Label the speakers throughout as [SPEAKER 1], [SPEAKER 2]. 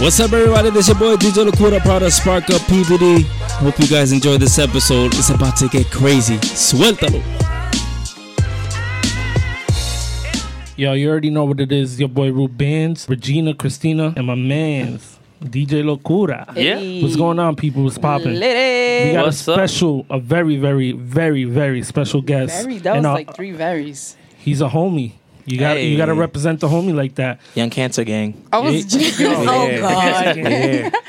[SPEAKER 1] What's up, everybody? This your boy DJ Lakura, proud of Spark Up PVD. Hope you guys enjoyed this episode. It's about to get crazy. Suéltalo.
[SPEAKER 2] Yo, you already know what it is. Your boy Rubens, Regina, Christina, and my man's DJ Locura.
[SPEAKER 3] Yeah.
[SPEAKER 2] What's going on, people? What's popping? We
[SPEAKER 3] Lit
[SPEAKER 2] got
[SPEAKER 3] What's
[SPEAKER 2] a
[SPEAKER 3] up?
[SPEAKER 2] special, a very, very, very, very special guest.
[SPEAKER 4] Very, that was
[SPEAKER 2] And, uh,
[SPEAKER 4] like three varies.
[SPEAKER 2] He's a homie. You got to
[SPEAKER 3] Hey.
[SPEAKER 2] you got to represent the homie like that.
[SPEAKER 3] Young Cancer Gang.
[SPEAKER 4] I was just, oh god.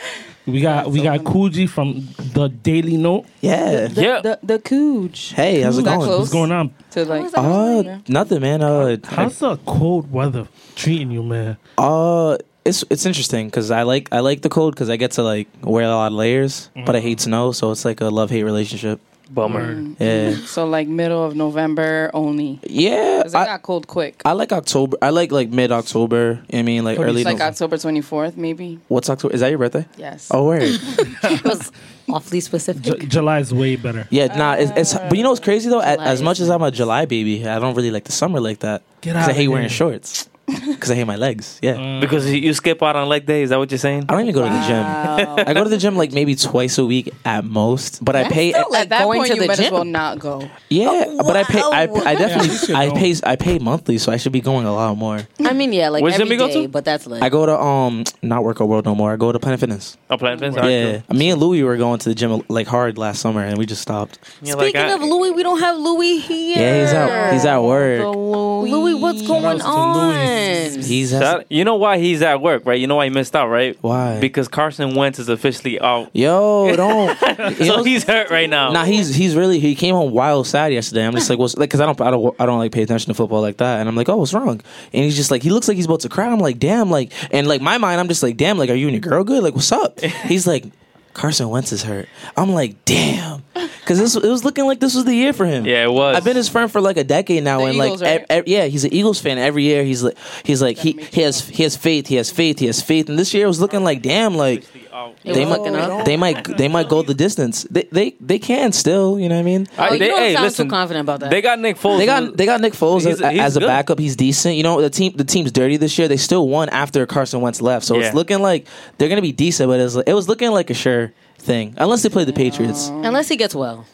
[SPEAKER 2] We got we got Coogee from the Daily Note.
[SPEAKER 5] Yeah.
[SPEAKER 4] The,
[SPEAKER 3] Yeah.
[SPEAKER 4] the, the cooch.
[SPEAKER 5] Hey, how's it
[SPEAKER 4] That
[SPEAKER 5] going?
[SPEAKER 4] close
[SPEAKER 2] What's going on?
[SPEAKER 4] To like,
[SPEAKER 5] Uh, nothing, man. Uh,
[SPEAKER 2] How's the cold weather treating you, man?
[SPEAKER 5] uh, it's it's interesting because I like I like the cold because I get to like wear a lot of layers, but I hate snow, so it's like a love hate relationship.
[SPEAKER 3] Bummer.
[SPEAKER 2] Mm-hmm.
[SPEAKER 5] Yeah,
[SPEAKER 4] so like middle of November only.
[SPEAKER 5] yeah.
[SPEAKER 4] 'Cause I,
[SPEAKER 5] I,
[SPEAKER 4] got cold quick.
[SPEAKER 5] I like October. I like like mid October. I mean, like
[SPEAKER 2] So
[SPEAKER 5] early.
[SPEAKER 4] it's like
[SPEAKER 5] Nov-
[SPEAKER 4] October 24th, maybe.
[SPEAKER 5] What's October? Is that your birthday?
[SPEAKER 4] Yes.
[SPEAKER 5] Oh, word.
[SPEAKER 6] It was awfully specific.
[SPEAKER 2] J- July's way better.
[SPEAKER 5] Yeah, nah. It's, it's but you know what's crazy though. A-
[SPEAKER 6] Uh, July
[SPEAKER 5] as much
[SPEAKER 6] is
[SPEAKER 5] as I'm a July baby, I don't really like the summer like that.
[SPEAKER 2] Get
[SPEAKER 5] Because
[SPEAKER 2] outta
[SPEAKER 5] I hate
[SPEAKER 2] here.
[SPEAKER 5] wearing shorts. Because I hate my legs. Yeah.
[SPEAKER 3] Mm. Because you- you skip out on leg day, is that what you're saying?
[SPEAKER 5] I don't even go to the gym.
[SPEAKER 4] Wow.
[SPEAKER 5] I go to the gym like maybe twice a week at most, but I pay.
[SPEAKER 6] still, like,
[SPEAKER 4] At that
[SPEAKER 6] going
[SPEAKER 4] point,
[SPEAKER 6] to
[SPEAKER 4] you
[SPEAKER 6] the
[SPEAKER 4] might as
[SPEAKER 6] gym.
[SPEAKER 4] well not go.
[SPEAKER 5] yeah,
[SPEAKER 6] Oh,
[SPEAKER 5] but I pay. I,
[SPEAKER 6] wow.
[SPEAKER 5] I definitely
[SPEAKER 2] Yeah, you should
[SPEAKER 5] I
[SPEAKER 2] go.
[SPEAKER 5] pay I pay monthly, so I should be going a lot more.
[SPEAKER 6] I mean, yeah, like
[SPEAKER 3] Where's
[SPEAKER 6] every
[SPEAKER 3] Jimmy go
[SPEAKER 6] day,
[SPEAKER 3] to?
[SPEAKER 6] but that's like
[SPEAKER 5] I go to um not Workout World no more. I go to Planet Fitness.
[SPEAKER 3] I'm playing fence.
[SPEAKER 5] yeah, me and Louie were going to the gym like hard last summer, and we just stopped.
[SPEAKER 6] Speaking of Louis, we don't have Louis here.
[SPEAKER 5] Yeah, he's out. He's at work.
[SPEAKER 6] Louis, what's going
[SPEAKER 2] Shout out
[SPEAKER 6] on?
[SPEAKER 2] to
[SPEAKER 5] He's
[SPEAKER 3] That-
[SPEAKER 5] at,
[SPEAKER 3] you know why he's at work, right? You know why he missed out, right?
[SPEAKER 5] why?
[SPEAKER 3] Because Carson Wentz is officially out.
[SPEAKER 5] Yo, don't. you
[SPEAKER 3] So
[SPEAKER 5] know-
[SPEAKER 3] he's hurt right now.
[SPEAKER 5] Nah, he's he's really he came home wild sad yesterday. I'm just like, what's like? Because I don't I don't I don't like pay attention to football like that. And I'm like, oh, what's wrong? And he's just like, he looks like he's about to cry. I'm like, damn, like, and like my mind, I'm just like, damn, like, are you and your girl good? Like, what's up? He's like, Carson Wentz is hurt. I'm like, damn, because this it was looking like this was the year for him.
[SPEAKER 3] Yeah, it was.
[SPEAKER 5] I've been his friend for like a decade now,
[SPEAKER 4] The
[SPEAKER 5] and
[SPEAKER 4] Eagles,
[SPEAKER 5] like,
[SPEAKER 4] right?
[SPEAKER 5] ev- ev- yeah, he's an Eagles fan. Every year, he's like, he's like, he he has he has faith, he has faith, he has faith. And this year, it was looking like, damn, like
[SPEAKER 3] Out.
[SPEAKER 6] It
[SPEAKER 5] they
[SPEAKER 6] was looking
[SPEAKER 5] might,
[SPEAKER 6] up.
[SPEAKER 5] they might, they might go the distance. They, they, they can still. You know what I mean?
[SPEAKER 6] Oh,
[SPEAKER 3] I-
[SPEAKER 6] you
[SPEAKER 3] they-
[SPEAKER 6] don't
[SPEAKER 3] hey,
[SPEAKER 6] sound
[SPEAKER 3] listen,
[SPEAKER 6] too confident about that.
[SPEAKER 3] They got Nick Foles.
[SPEAKER 5] They got, they got Nick Foles
[SPEAKER 3] He's-
[SPEAKER 5] as, as
[SPEAKER 3] he's
[SPEAKER 5] a
[SPEAKER 3] good.
[SPEAKER 5] backup. He's decent. You know, the team, the team's dirty this year. They still won after Carson Wentz left, so
[SPEAKER 3] Yeah.
[SPEAKER 5] it's looking like they're gonna be decent. But it's, it was looking like a sure thing, unless they play the Patriots.
[SPEAKER 6] Unless he gets well.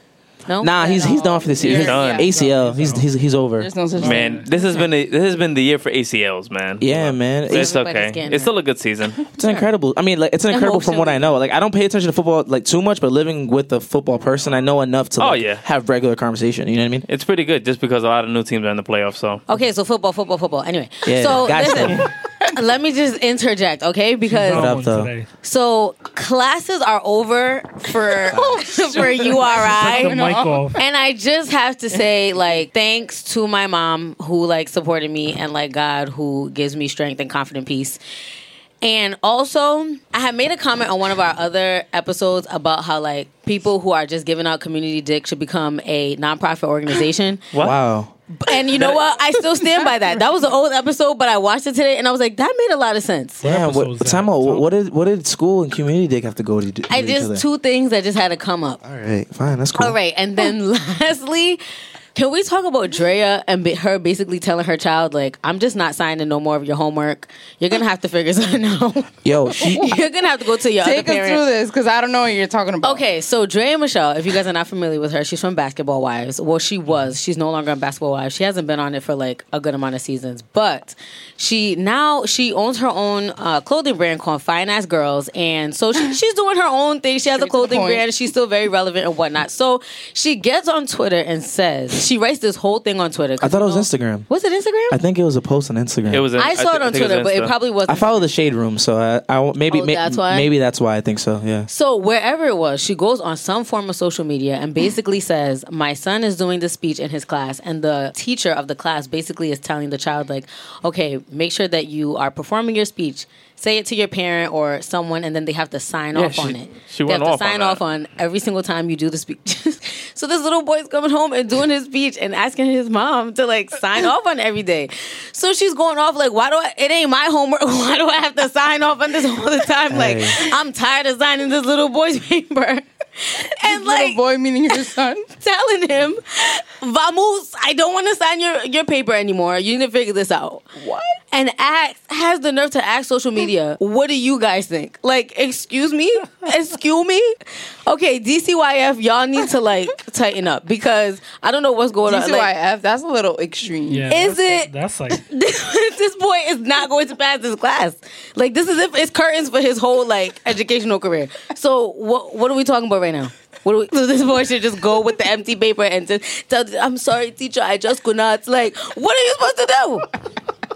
[SPEAKER 6] No.
[SPEAKER 5] Nah, he's he's done for this year.
[SPEAKER 4] He's
[SPEAKER 5] His
[SPEAKER 3] done.
[SPEAKER 5] ACL. He's he's he's over.
[SPEAKER 4] There's no such
[SPEAKER 3] man, this has been a, this has been the year for ACLs, man.
[SPEAKER 5] Yeah, man.
[SPEAKER 3] It's
[SPEAKER 5] It's,
[SPEAKER 6] Everybody's
[SPEAKER 3] okay.
[SPEAKER 6] getting
[SPEAKER 3] It's still a good season.
[SPEAKER 5] it's incredible. I mean, like it's incredible from what I know. Like I don't pay attention to football like too much, but living with a football person, I know enough to
[SPEAKER 3] Oh,
[SPEAKER 5] like,
[SPEAKER 3] yeah.
[SPEAKER 5] have regular conversation. You know what I mean?
[SPEAKER 3] It's pretty good just because a lot of new teams are in the playoffs. So
[SPEAKER 6] Okay, so football, football, football. Anyway,
[SPEAKER 5] Yeah,
[SPEAKER 6] so
[SPEAKER 5] guys
[SPEAKER 6] listen, let me just interject, okay?
[SPEAKER 2] Hold
[SPEAKER 6] Because
[SPEAKER 5] up,
[SPEAKER 2] on
[SPEAKER 5] though?
[SPEAKER 2] today.
[SPEAKER 6] so classes are over for for URI.
[SPEAKER 2] Oh, Took the mic off.
[SPEAKER 6] And I just have to say, like, thanks to my mom who like supported me and like God who gives me strength and confident peace. And also, I had made a comment on one of our other episodes about how like people who are just giving out community dick should become a nonprofit organization.
[SPEAKER 5] Wow.
[SPEAKER 6] and you know what? I still stand by that. That was an old episode, but I watched it today and I was like, that made a lot of sense.
[SPEAKER 2] What
[SPEAKER 5] Damn,
[SPEAKER 2] episode
[SPEAKER 5] what,
[SPEAKER 2] was that?
[SPEAKER 5] time out. What, what did what did school and community dick have to go to? do-
[SPEAKER 6] I
[SPEAKER 5] with each other?
[SPEAKER 6] just two things that just had to come up.
[SPEAKER 5] All right, fine, that's cool.
[SPEAKER 6] All right, and then lastly, can we talk about Drea and ba- her basically telling her child like, "I'm just not signing no more of your homework. You're gonna have to figure something out.
[SPEAKER 5] Yo, she
[SPEAKER 6] You're gonna have to go to your
[SPEAKER 4] Take
[SPEAKER 6] other
[SPEAKER 4] us through
[SPEAKER 6] parent."
[SPEAKER 4] this because I don't know what you're talking about.
[SPEAKER 6] Okay, so Drea Michelle, if you guys are not familiar with her, she's from Basketball Wives. Well, she was. She's no longer on Basketball Wives. She hasn't been on it for like a good amount of seasons, but she now she owns her own uh, clothing brand called Fine Ass Girls, and so she, she's doing her own thing. She has
[SPEAKER 4] Straight to
[SPEAKER 6] a
[SPEAKER 4] the
[SPEAKER 6] clothing
[SPEAKER 4] point.
[SPEAKER 6] brand. and she's still very relevant and whatnot. So she gets on Twitter and says she writes this whole thing on Twitter.
[SPEAKER 5] I thought it was Instagram.
[SPEAKER 6] Was it Instagram?
[SPEAKER 5] I think it was a post on Instagram.
[SPEAKER 3] it was.
[SPEAKER 6] I saw it on Twitter, but it probably wasn't.
[SPEAKER 5] I follow the shade room, so I, I won't- maybe
[SPEAKER 6] Oh,
[SPEAKER 5] may-
[SPEAKER 6] that's why?
[SPEAKER 5] maybe that's why I think so. Yeah.
[SPEAKER 6] So wherever it was, she goes on some form of social media and basically says, "My son is doing this speech in his class," and the teacher of the class basically is telling the child, "Like, okay, make sure that you are performing your speech. Say it to your parent or someone, and then they have to sign
[SPEAKER 3] Yeah,
[SPEAKER 6] off
[SPEAKER 3] she-
[SPEAKER 6] on it.
[SPEAKER 3] she
[SPEAKER 6] they have
[SPEAKER 3] went
[SPEAKER 6] to
[SPEAKER 3] off on
[SPEAKER 6] sign
[SPEAKER 3] that.
[SPEAKER 6] off on every single time you do the speech." so this little boy's coming home and doing his speech and asking his mom to like sign off on every day. So she's going off like, "Why do I? It ain't my homework. Why do I have to sign off on this all the time? Like."
[SPEAKER 5] Hey.
[SPEAKER 6] I'm tired of signing this little boy's paper. and
[SPEAKER 4] Little
[SPEAKER 6] like
[SPEAKER 4] boy meaning your son.
[SPEAKER 6] telling him, Vamos, I don't want to sign your, your paper anymore. You need to figure this out. What? And ask, has the nerve to ask social media, what do you guys think? Like, excuse me? excuse me? Okay, DCYF, y'all need to like tighten up because I don't know what's going on. Like,
[SPEAKER 4] DCYF, that's a little extreme.
[SPEAKER 2] Yeah,
[SPEAKER 6] Is
[SPEAKER 2] that's-
[SPEAKER 6] it-
[SPEAKER 2] That's like
[SPEAKER 6] this, this boy is not going to pass this class. Like this is if it's curtains for his whole like educational career. So what what are we talking about right now? What do we, so this boy should just go with the empty paper and just tell the- I'm sorry teacher I just could not. Like what are you supposed to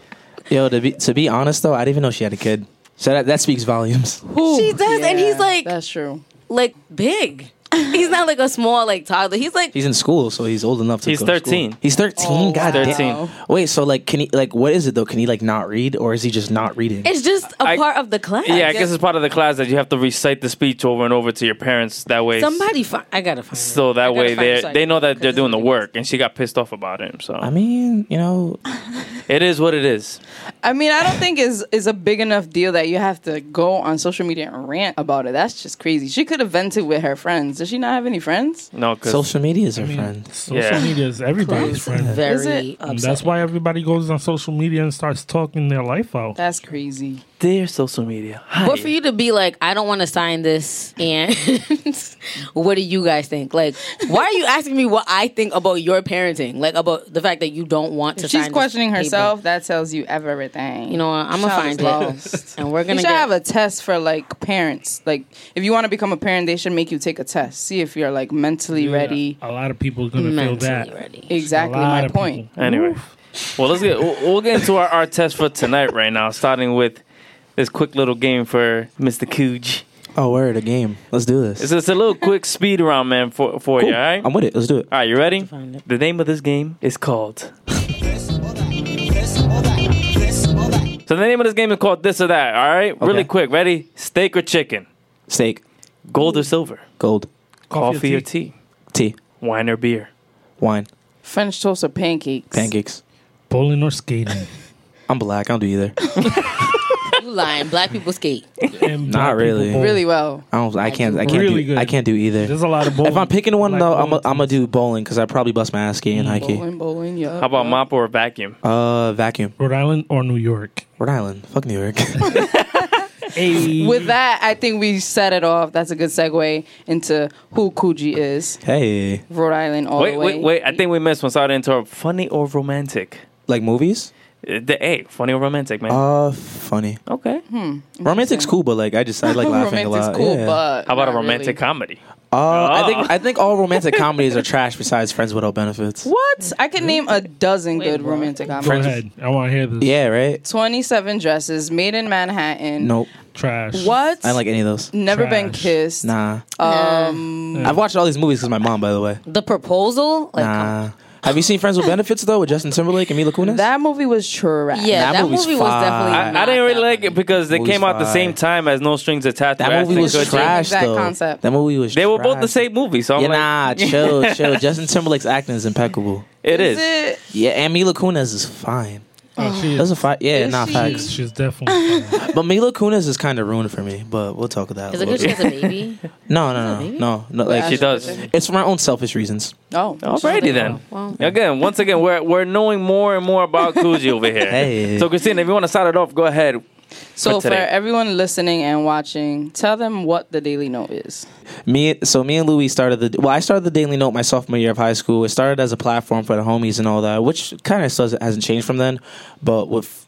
[SPEAKER 6] do?
[SPEAKER 5] Yo, to be to be honest though, I didn't even know she had a kid. So that, that speaks volumes.
[SPEAKER 6] She does, and he's
[SPEAKER 4] Yeah,
[SPEAKER 6] like
[SPEAKER 4] that's true.
[SPEAKER 6] like big. He's not like a small like toddler. He's like
[SPEAKER 5] He's in school, so he's old enough to.
[SPEAKER 3] He's
[SPEAKER 5] go to school.
[SPEAKER 3] 13.
[SPEAKER 5] He's thirteen. God damn.
[SPEAKER 3] 13.
[SPEAKER 5] Wait, so like, can he like what is it though? Can he like not read, or is he just not reading?
[SPEAKER 6] it's just a
[SPEAKER 3] I-
[SPEAKER 6] part of the class.
[SPEAKER 3] Yeah, I guess it's part of the class that you have to recite the speech over and over to your parents. That way,
[SPEAKER 6] somebody. Fi- I gotta find. it.
[SPEAKER 3] so
[SPEAKER 6] I
[SPEAKER 3] that
[SPEAKER 6] gotta
[SPEAKER 3] way
[SPEAKER 6] find it
[SPEAKER 3] they
[SPEAKER 6] so I
[SPEAKER 3] they
[SPEAKER 6] can-
[SPEAKER 3] know that
[SPEAKER 6] 'cause
[SPEAKER 3] they're
[SPEAKER 6] it's
[SPEAKER 3] doing the
[SPEAKER 6] amazing.
[SPEAKER 3] work. And she got pissed off about him. So
[SPEAKER 5] I mean, you know,
[SPEAKER 3] it is what it is.
[SPEAKER 4] I mean, I don't think is is a big enough deal that you have to go on social media and rant about it. That's just crazy. She could have vented with her friends. Does she not have any friends?
[SPEAKER 3] No, because
[SPEAKER 5] social media is our friend.
[SPEAKER 2] social
[SPEAKER 3] Yeah.
[SPEAKER 2] media is everybody's friend.
[SPEAKER 6] Very
[SPEAKER 4] Is it?
[SPEAKER 2] And
[SPEAKER 6] upset.
[SPEAKER 2] that's why everybody goes on social media and starts talking their life out.
[SPEAKER 4] That's crazy.
[SPEAKER 3] their social media.
[SPEAKER 6] But for you to be like, I don't want to sign this, and what do you guys think? Like, why are you asking me what I think about your parenting? Like about the fact that you don't want to.
[SPEAKER 4] If she's
[SPEAKER 6] sign this
[SPEAKER 4] questioning
[SPEAKER 6] paper.
[SPEAKER 4] herself. That tells you everything.
[SPEAKER 6] You know what? I'm gonna
[SPEAKER 4] Child
[SPEAKER 6] find
[SPEAKER 4] is
[SPEAKER 6] it,
[SPEAKER 4] lost.
[SPEAKER 6] and we're
[SPEAKER 4] You
[SPEAKER 6] gonna
[SPEAKER 4] should
[SPEAKER 6] get.
[SPEAKER 4] have a test for like parents. Like, if you want to become a parent, they should make you take a test. See if you're like mentally ready.
[SPEAKER 2] A lot of people are gonna feel
[SPEAKER 6] mentally
[SPEAKER 2] that.
[SPEAKER 6] ready.
[SPEAKER 4] Exactly
[SPEAKER 2] A lot
[SPEAKER 4] my
[SPEAKER 2] of
[SPEAKER 4] point.
[SPEAKER 2] people.
[SPEAKER 3] Anyway, well, let's get we'll, we'll get into our, our test for tonight right now. Starting with this quick little game for Mr. Cooge.
[SPEAKER 5] Oh, word, a game. Let's do this.
[SPEAKER 3] It's, it's a little quick speed round, man, for for
[SPEAKER 5] Cool.
[SPEAKER 3] you. All right,
[SPEAKER 5] I'm with it. Let's do it.
[SPEAKER 3] all right, you ready?
[SPEAKER 6] find it.
[SPEAKER 3] The name of this game is called. So the name of this game is called this or that. All right, really
[SPEAKER 5] Okay.
[SPEAKER 3] quick. Ready? Steak or chicken?
[SPEAKER 5] Steak,
[SPEAKER 3] Gold or silver?
[SPEAKER 5] gold,
[SPEAKER 3] Coffee, or tea?
[SPEAKER 5] tea,
[SPEAKER 3] Wine or beer?
[SPEAKER 5] wine,
[SPEAKER 4] French toast or pancakes?
[SPEAKER 5] pancakes.
[SPEAKER 2] Bowling or skating?
[SPEAKER 5] I'm black. I don't do either.
[SPEAKER 6] You lying? Black people skate.
[SPEAKER 2] And black people
[SPEAKER 5] really.
[SPEAKER 2] bowl.
[SPEAKER 4] Really well.
[SPEAKER 5] I don't. I can't. I can't.
[SPEAKER 2] Really
[SPEAKER 5] do,
[SPEAKER 2] good.
[SPEAKER 5] I can't do either.
[SPEAKER 2] There's a lot of bowling.
[SPEAKER 5] If I'm picking one
[SPEAKER 2] like
[SPEAKER 5] though, I'm
[SPEAKER 2] bowling
[SPEAKER 5] I'm gonna do bowling because I probably bust my ass getting high key.
[SPEAKER 4] Bowling, bowling, yeah.
[SPEAKER 3] How about mop or vacuum?
[SPEAKER 5] Uh, vacuum.
[SPEAKER 2] Rhode Island or New York.
[SPEAKER 5] Rhode Island. Fuck New York.
[SPEAKER 2] Hey.
[SPEAKER 4] With that, I think we set it off. That's a good segue into who Coogee is.
[SPEAKER 5] hey,
[SPEAKER 4] Rhode Island all
[SPEAKER 3] Wait,
[SPEAKER 4] the way.
[SPEAKER 3] wait, wait! I think we missed one. Sorry to interrupt. Funny or romantic?
[SPEAKER 5] like movies?
[SPEAKER 3] Uh, The A, funny or romantic, man.
[SPEAKER 5] Uh, funny.
[SPEAKER 3] okay.
[SPEAKER 5] Romantic's cool, but like I just I like laughing a
[SPEAKER 4] Romantic's
[SPEAKER 5] lot.
[SPEAKER 4] cool,
[SPEAKER 5] yeah.
[SPEAKER 4] but
[SPEAKER 3] How about a
[SPEAKER 4] not
[SPEAKER 3] romantic
[SPEAKER 4] really.
[SPEAKER 3] comedy?
[SPEAKER 5] Uh, I think I think all romantic comedies are trash besides Friends Without Benefits.
[SPEAKER 4] What? I can name a dozen good romantic
[SPEAKER 2] Go
[SPEAKER 4] comedies.
[SPEAKER 2] ahead. I want to hear this.
[SPEAKER 5] Yeah, right.
[SPEAKER 4] Twenty-seven dresses, Made in Manhattan.
[SPEAKER 5] Nope.
[SPEAKER 2] Trash.
[SPEAKER 4] What?
[SPEAKER 5] I don't like any of those.
[SPEAKER 4] Never been
[SPEAKER 2] Trash.
[SPEAKER 4] kissed.
[SPEAKER 5] Nah.
[SPEAKER 4] Um,
[SPEAKER 5] I've watched all these movies because my mom, by the way.
[SPEAKER 6] The proposal? Like,
[SPEAKER 5] Nah. Have you seen Friends with Benefits though with Justin Timberlake and Mila Kunis?
[SPEAKER 4] that movie was trash.
[SPEAKER 6] yeah,
[SPEAKER 5] That
[SPEAKER 6] that,
[SPEAKER 5] movie's
[SPEAKER 6] movie was definitely.
[SPEAKER 5] fire.
[SPEAKER 3] I, I
[SPEAKER 6] not
[SPEAKER 3] didn't really
[SPEAKER 6] that
[SPEAKER 3] like it
[SPEAKER 6] funny.
[SPEAKER 3] because they
[SPEAKER 5] Movie's
[SPEAKER 3] came out the
[SPEAKER 5] fire.
[SPEAKER 3] same time as No Strings Attached.
[SPEAKER 5] that
[SPEAKER 3] where I
[SPEAKER 5] movie
[SPEAKER 3] think
[SPEAKER 5] was
[SPEAKER 3] Coogee-
[SPEAKER 5] trash
[SPEAKER 4] That
[SPEAKER 5] though.
[SPEAKER 4] concept.
[SPEAKER 5] That movie was.
[SPEAKER 3] They were both
[SPEAKER 5] trash.
[SPEAKER 3] the same movie, so I'm
[SPEAKER 5] Yeah,
[SPEAKER 3] like,
[SPEAKER 5] nah, chill, chill. Justin Timberlake's acting is impeccable.
[SPEAKER 3] it is.
[SPEAKER 4] Is
[SPEAKER 5] Yeah, and Mila Kunis is fine.
[SPEAKER 2] Oh, she
[SPEAKER 5] That's
[SPEAKER 2] is,
[SPEAKER 5] a fight. Yeah,
[SPEAKER 4] Is
[SPEAKER 5] nah,
[SPEAKER 4] she?
[SPEAKER 5] facts.
[SPEAKER 2] she's definitely. fine.
[SPEAKER 5] But Mila Kunis is kind of ruined for me. But we'll talk about that.
[SPEAKER 6] Is
[SPEAKER 5] a
[SPEAKER 6] it good
[SPEAKER 5] little
[SPEAKER 6] she
[SPEAKER 5] bit.
[SPEAKER 6] has a baby?
[SPEAKER 5] No, no, no, no, no. Like
[SPEAKER 3] She
[SPEAKER 5] she,
[SPEAKER 3] does.
[SPEAKER 5] it's for my own selfish reasons.
[SPEAKER 4] Oh,
[SPEAKER 3] Alrighty then.
[SPEAKER 6] Well,
[SPEAKER 3] Again, once again, we're we're knowing more and more about Coogee over here.
[SPEAKER 5] Hey.
[SPEAKER 3] So, Christina, if you want to start it off, go ahead.
[SPEAKER 4] So
[SPEAKER 3] for
[SPEAKER 4] for,
[SPEAKER 3] today.
[SPEAKER 4] everyone listening and watching, tell them what the Daily Note is.
[SPEAKER 5] Me, so me and Louis started the. Well, I started the Daily Note my sophomore year of high school. It started as a platform for the homies and all that, which kind of hasn't changed from then. But with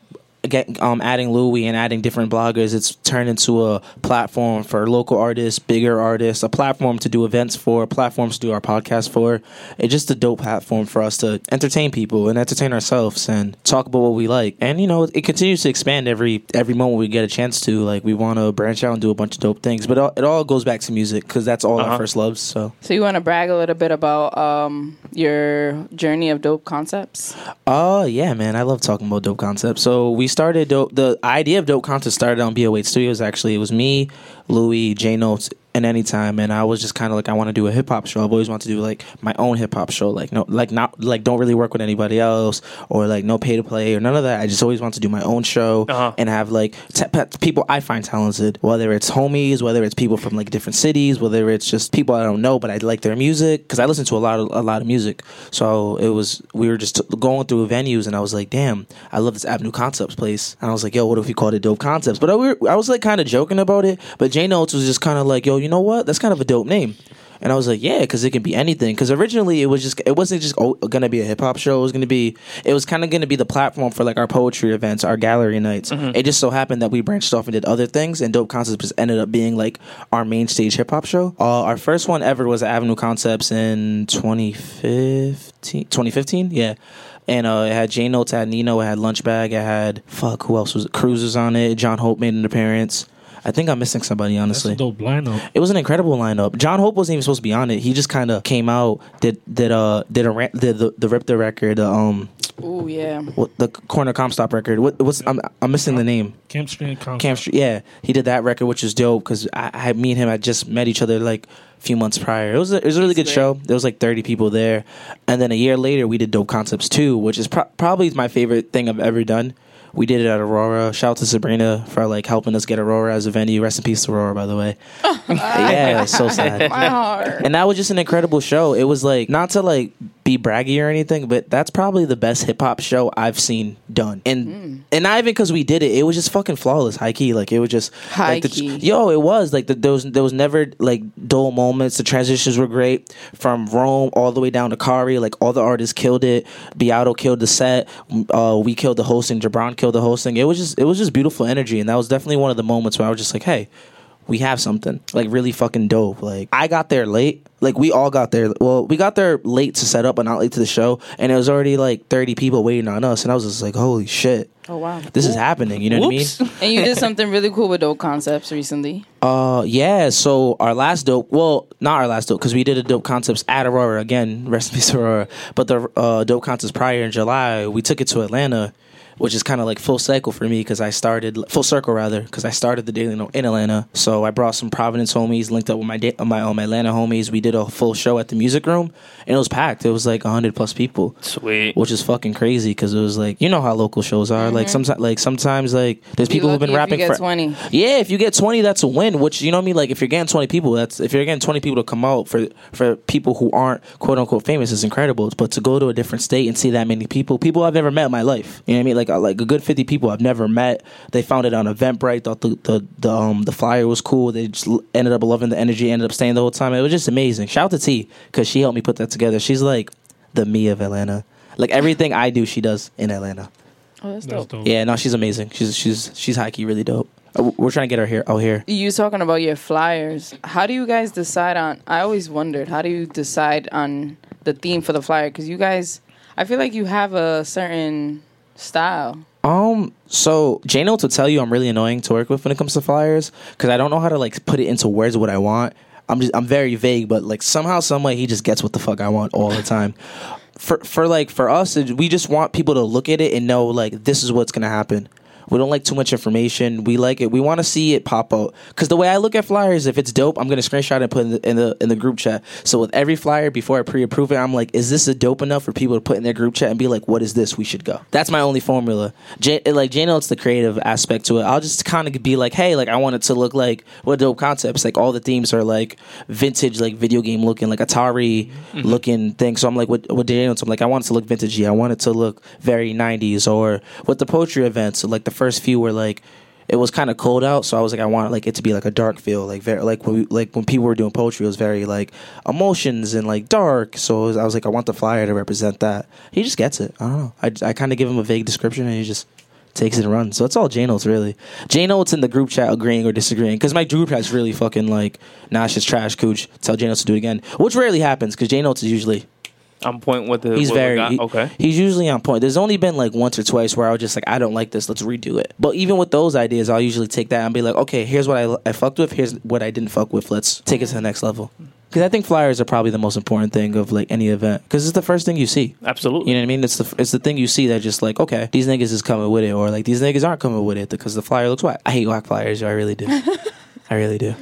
[SPEAKER 5] get, um, adding Louis and adding different bloggers, it's turned into a platform for local artists, bigger artists, a platform to do events for, a platform to do our podcast for. It's just a dope platform for us to entertain people and entertain ourselves and talk about what we like. And you know, it continues to expand every every moment we get a chance to. Like we want to branch out and do a bunch of dope things, but it all, it all goes back to music because that's all
[SPEAKER 3] Uh-huh.
[SPEAKER 5] our first loves. So.
[SPEAKER 4] So you want to brag a little bit about um, your journey of dope concepts?
[SPEAKER 5] Oh yeah, man! I love talking about dope concepts. So we started dope. The idea of dope concepts started on BO8 Studios. Actually, it was me, Louis, J Notes at any time, and I was just kind of like, I want to do a hip hop show. I've always wanted to do like my own hip hop show, like no, like not like don't really work with anybody else, or like no pay to play or none of that. I just always want to do my own show
[SPEAKER 3] Uh-huh.
[SPEAKER 5] and have like t- pe- people I find talented, whether it's homies, whether it's people from like different cities, whether it's just people I don't know but I like their music because I listen to a lot of a lot of music. So it was we were just going through venues and I was like, damn, I love this Avenue Concepts place, and I was like, yo, what if we called it Dope Concepts? But I, were, I was like kind of joking about it, but J Notes was just kind of like, yo, you know what? That's kind of a dope name. And I was like, yeah, because it can be anything. Because originally it was just, it wasn't just oh, gonna be a hip hop show. It was gonna be, it was kind of gonna be the platform for like our poetry events, our gallery nights.
[SPEAKER 2] Mm-hmm.
[SPEAKER 5] It just so happened that we branched off and did other things, and Dope Concepts just ended up being like our main stage hip hop show. Uh, our first one ever was at Avenue Concepts in 2015, 2015, yeah. And uh, it had J Notes, it had Nino, it had Lunchbag, it had fuck, who else was it? Cruisers on it. John Hope made an appearance. I think I'm missing somebody,
[SPEAKER 2] That's
[SPEAKER 5] honestly.
[SPEAKER 2] a dope lineup.
[SPEAKER 5] It was an incredible lineup. John Hope wasn't even supposed to be on it. He just kind of came out, did did uh did a ra- did the the rip the record, the um
[SPEAKER 4] Oh yeah.
[SPEAKER 5] what, the corner Comstock record. What what's I'm I'm missing the name.
[SPEAKER 2] Camp Street concert.
[SPEAKER 5] Camp Street. Yeah, he did that record, which is dope because I, I, me and him had just met each other like a few months prior. It was a, it was a really good show. There was like thirty people there, and then a year later we did Dope Concepts two, which is pro- probably my favorite thing I've ever done. We did it at Aurora. Shout out to Sabrina for like helping us get Aurora as a venue. Rest in peace, Aurora, by the way. yeah, it's so sad.
[SPEAKER 4] My heart.
[SPEAKER 5] And that was just an incredible show. It was like not to like be braggy or anything, but that's probably the best hip hop show I've seen done. And
[SPEAKER 4] Mm.
[SPEAKER 5] and not even because we did it, it was just fucking flawless, high key. Like it was just
[SPEAKER 4] High
[SPEAKER 5] like, the-
[SPEAKER 4] key.
[SPEAKER 5] Yo, it was like the, there was there was never like dull moments. The transitions were great from Rome all the way down to Kari. Like all the artists killed it. Beato killed the set. Uh, we killed the hosting. Jabron killed the hosting. It was just it was just beautiful energy, and that was definitely one of the moments where I was just like, hey. We have something like really fucking dope. Like I got there late. Like we all got there. Well, we got there late to set up, but not late to the show. And it was already like thirty people waiting on us. And I was just like, "Holy shit!
[SPEAKER 4] Oh wow.
[SPEAKER 5] This is happening." You know
[SPEAKER 3] Whoops.
[SPEAKER 5] what I mean?
[SPEAKER 4] And you did something really cool with Dope Concepts recently.
[SPEAKER 5] Uh, yeah. So our last dope, well, not our last dope, because we did a dope concepts at Aurora again. Rest in peace, Aurora. But the uh, dope concepts prior in July, we took it to Atlanta, which is kind of like full cycle for me because I started full circle rather because I started the Daily Note in Atlanta. So I brought some Providence homies, linked up with my da- my um, Atlanta homies. We did a full show at the music room, and it was packed. It was like hundred plus people
[SPEAKER 3] Sweet.
[SPEAKER 5] which is fucking crazy because it was like you know how local shows are. Like sometimes, like sometimes, like there's
[SPEAKER 4] Be
[SPEAKER 5] people who've been
[SPEAKER 4] lucky if Mm-hmm. you
[SPEAKER 5] rapping
[SPEAKER 4] get
[SPEAKER 5] for
[SPEAKER 4] 20.
[SPEAKER 5] Yeah, if you get twenty, that's a win. Which you know what I mean. Like if you're getting twenty people, that's if you're getting twenty people to come out for for people who aren't quote unquote famous is incredible. But to go to a different state and see that many people, people I've never met in my life. You know what I mean? Like uh, like a good fifty people I've never met. They found it on Eventbrite. Thought the the, the um the flyer was cool. They just l- ended up loving the energy. Ended up staying the whole time. It was just amazing. Shout out to T because she helped me put that together. She's like the me of Atlanta. Like everything I do, she does in Atlanta.
[SPEAKER 4] Oh, that's
[SPEAKER 2] That's
[SPEAKER 4] dope.
[SPEAKER 2] dope.
[SPEAKER 5] Yeah, no, she's amazing. She's she's she's high key really dope. Uh, w- We're trying to get her here out here.
[SPEAKER 4] You talking about your flyers. How do you guys decide on I always wondered, how do you decide on the theme for the flyer cuz you guys I feel like you have a certain style.
[SPEAKER 5] Um, so J Notes will tell you I'm really annoying to work with when it comes to flyers because I don't know how to like put it into words what I want. I'm just I'm very vague, but like somehow, some way, he just gets what the fuck I want all the time. For for like for us, it- we just want people to look at it and know like this is what's gonna happen. We don't like too much information. We like it. We want to see it pop out. Cause the way I look at flyers, if it's dope, I'm gonna screenshot and put in the in the, in the group chat. So with every flyer, before I pre-approve it, I'm like, is this a dope enough for people to put in their group chat and be like, what is this? We should go. That's my only formula. J- like Jane notes the creative aspect to it. I'll just kind of be like, hey, like I want it to look like what dope concepts. Like all the themes are like vintage, like video game looking, like Atari looking thing. So I'm like, what what Jane notes? I'm like, I want it to look vintagey. I want it to look very 90s. Or with the poetry events, like the first few were like it was kind of cold out, so I was like, I want like it to be like a dark feel, like very like when we, like when people were doing poetry, it was very like emotions and like dark. So it was- I was like, I want the flyer to represent that. He just gets it. I don't know. I, I kind of give him a vague description, and he just takes it and runs. So it's all J notes really. J notes in the group chat agreeing or disagreeing because my group chat's really fucking like nah, it's just trash, cooch. Tell J notes to do it again, which rarely happens because J notes is usually
[SPEAKER 3] I'm point with the.
[SPEAKER 5] He's
[SPEAKER 3] what we
[SPEAKER 5] very
[SPEAKER 3] got.
[SPEAKER 5] he-
[SPEAKER 3] okay.
[SPEAKER 5] He's usually on point. There's only been like once or twice where I was just like, I don't like this. Let's redo it. But even with those ideas, I'll usually take that and be like, okay, here's what I I fucked with. Here's what I didn't fuck with. Let's take it to the next level. Because I think flyers are probably the most important thing of like any event. Because it's the first thing you see.
[SPEAKER 3] Absolutely.
[SPEAKER 5] You know what I mean? It's the it's the thing you see that just like okay, these niggas is coming with it, or like these niggas aren't coming with it because the flyer looks whack. I hate whack flyers. yo, I really do. I really do.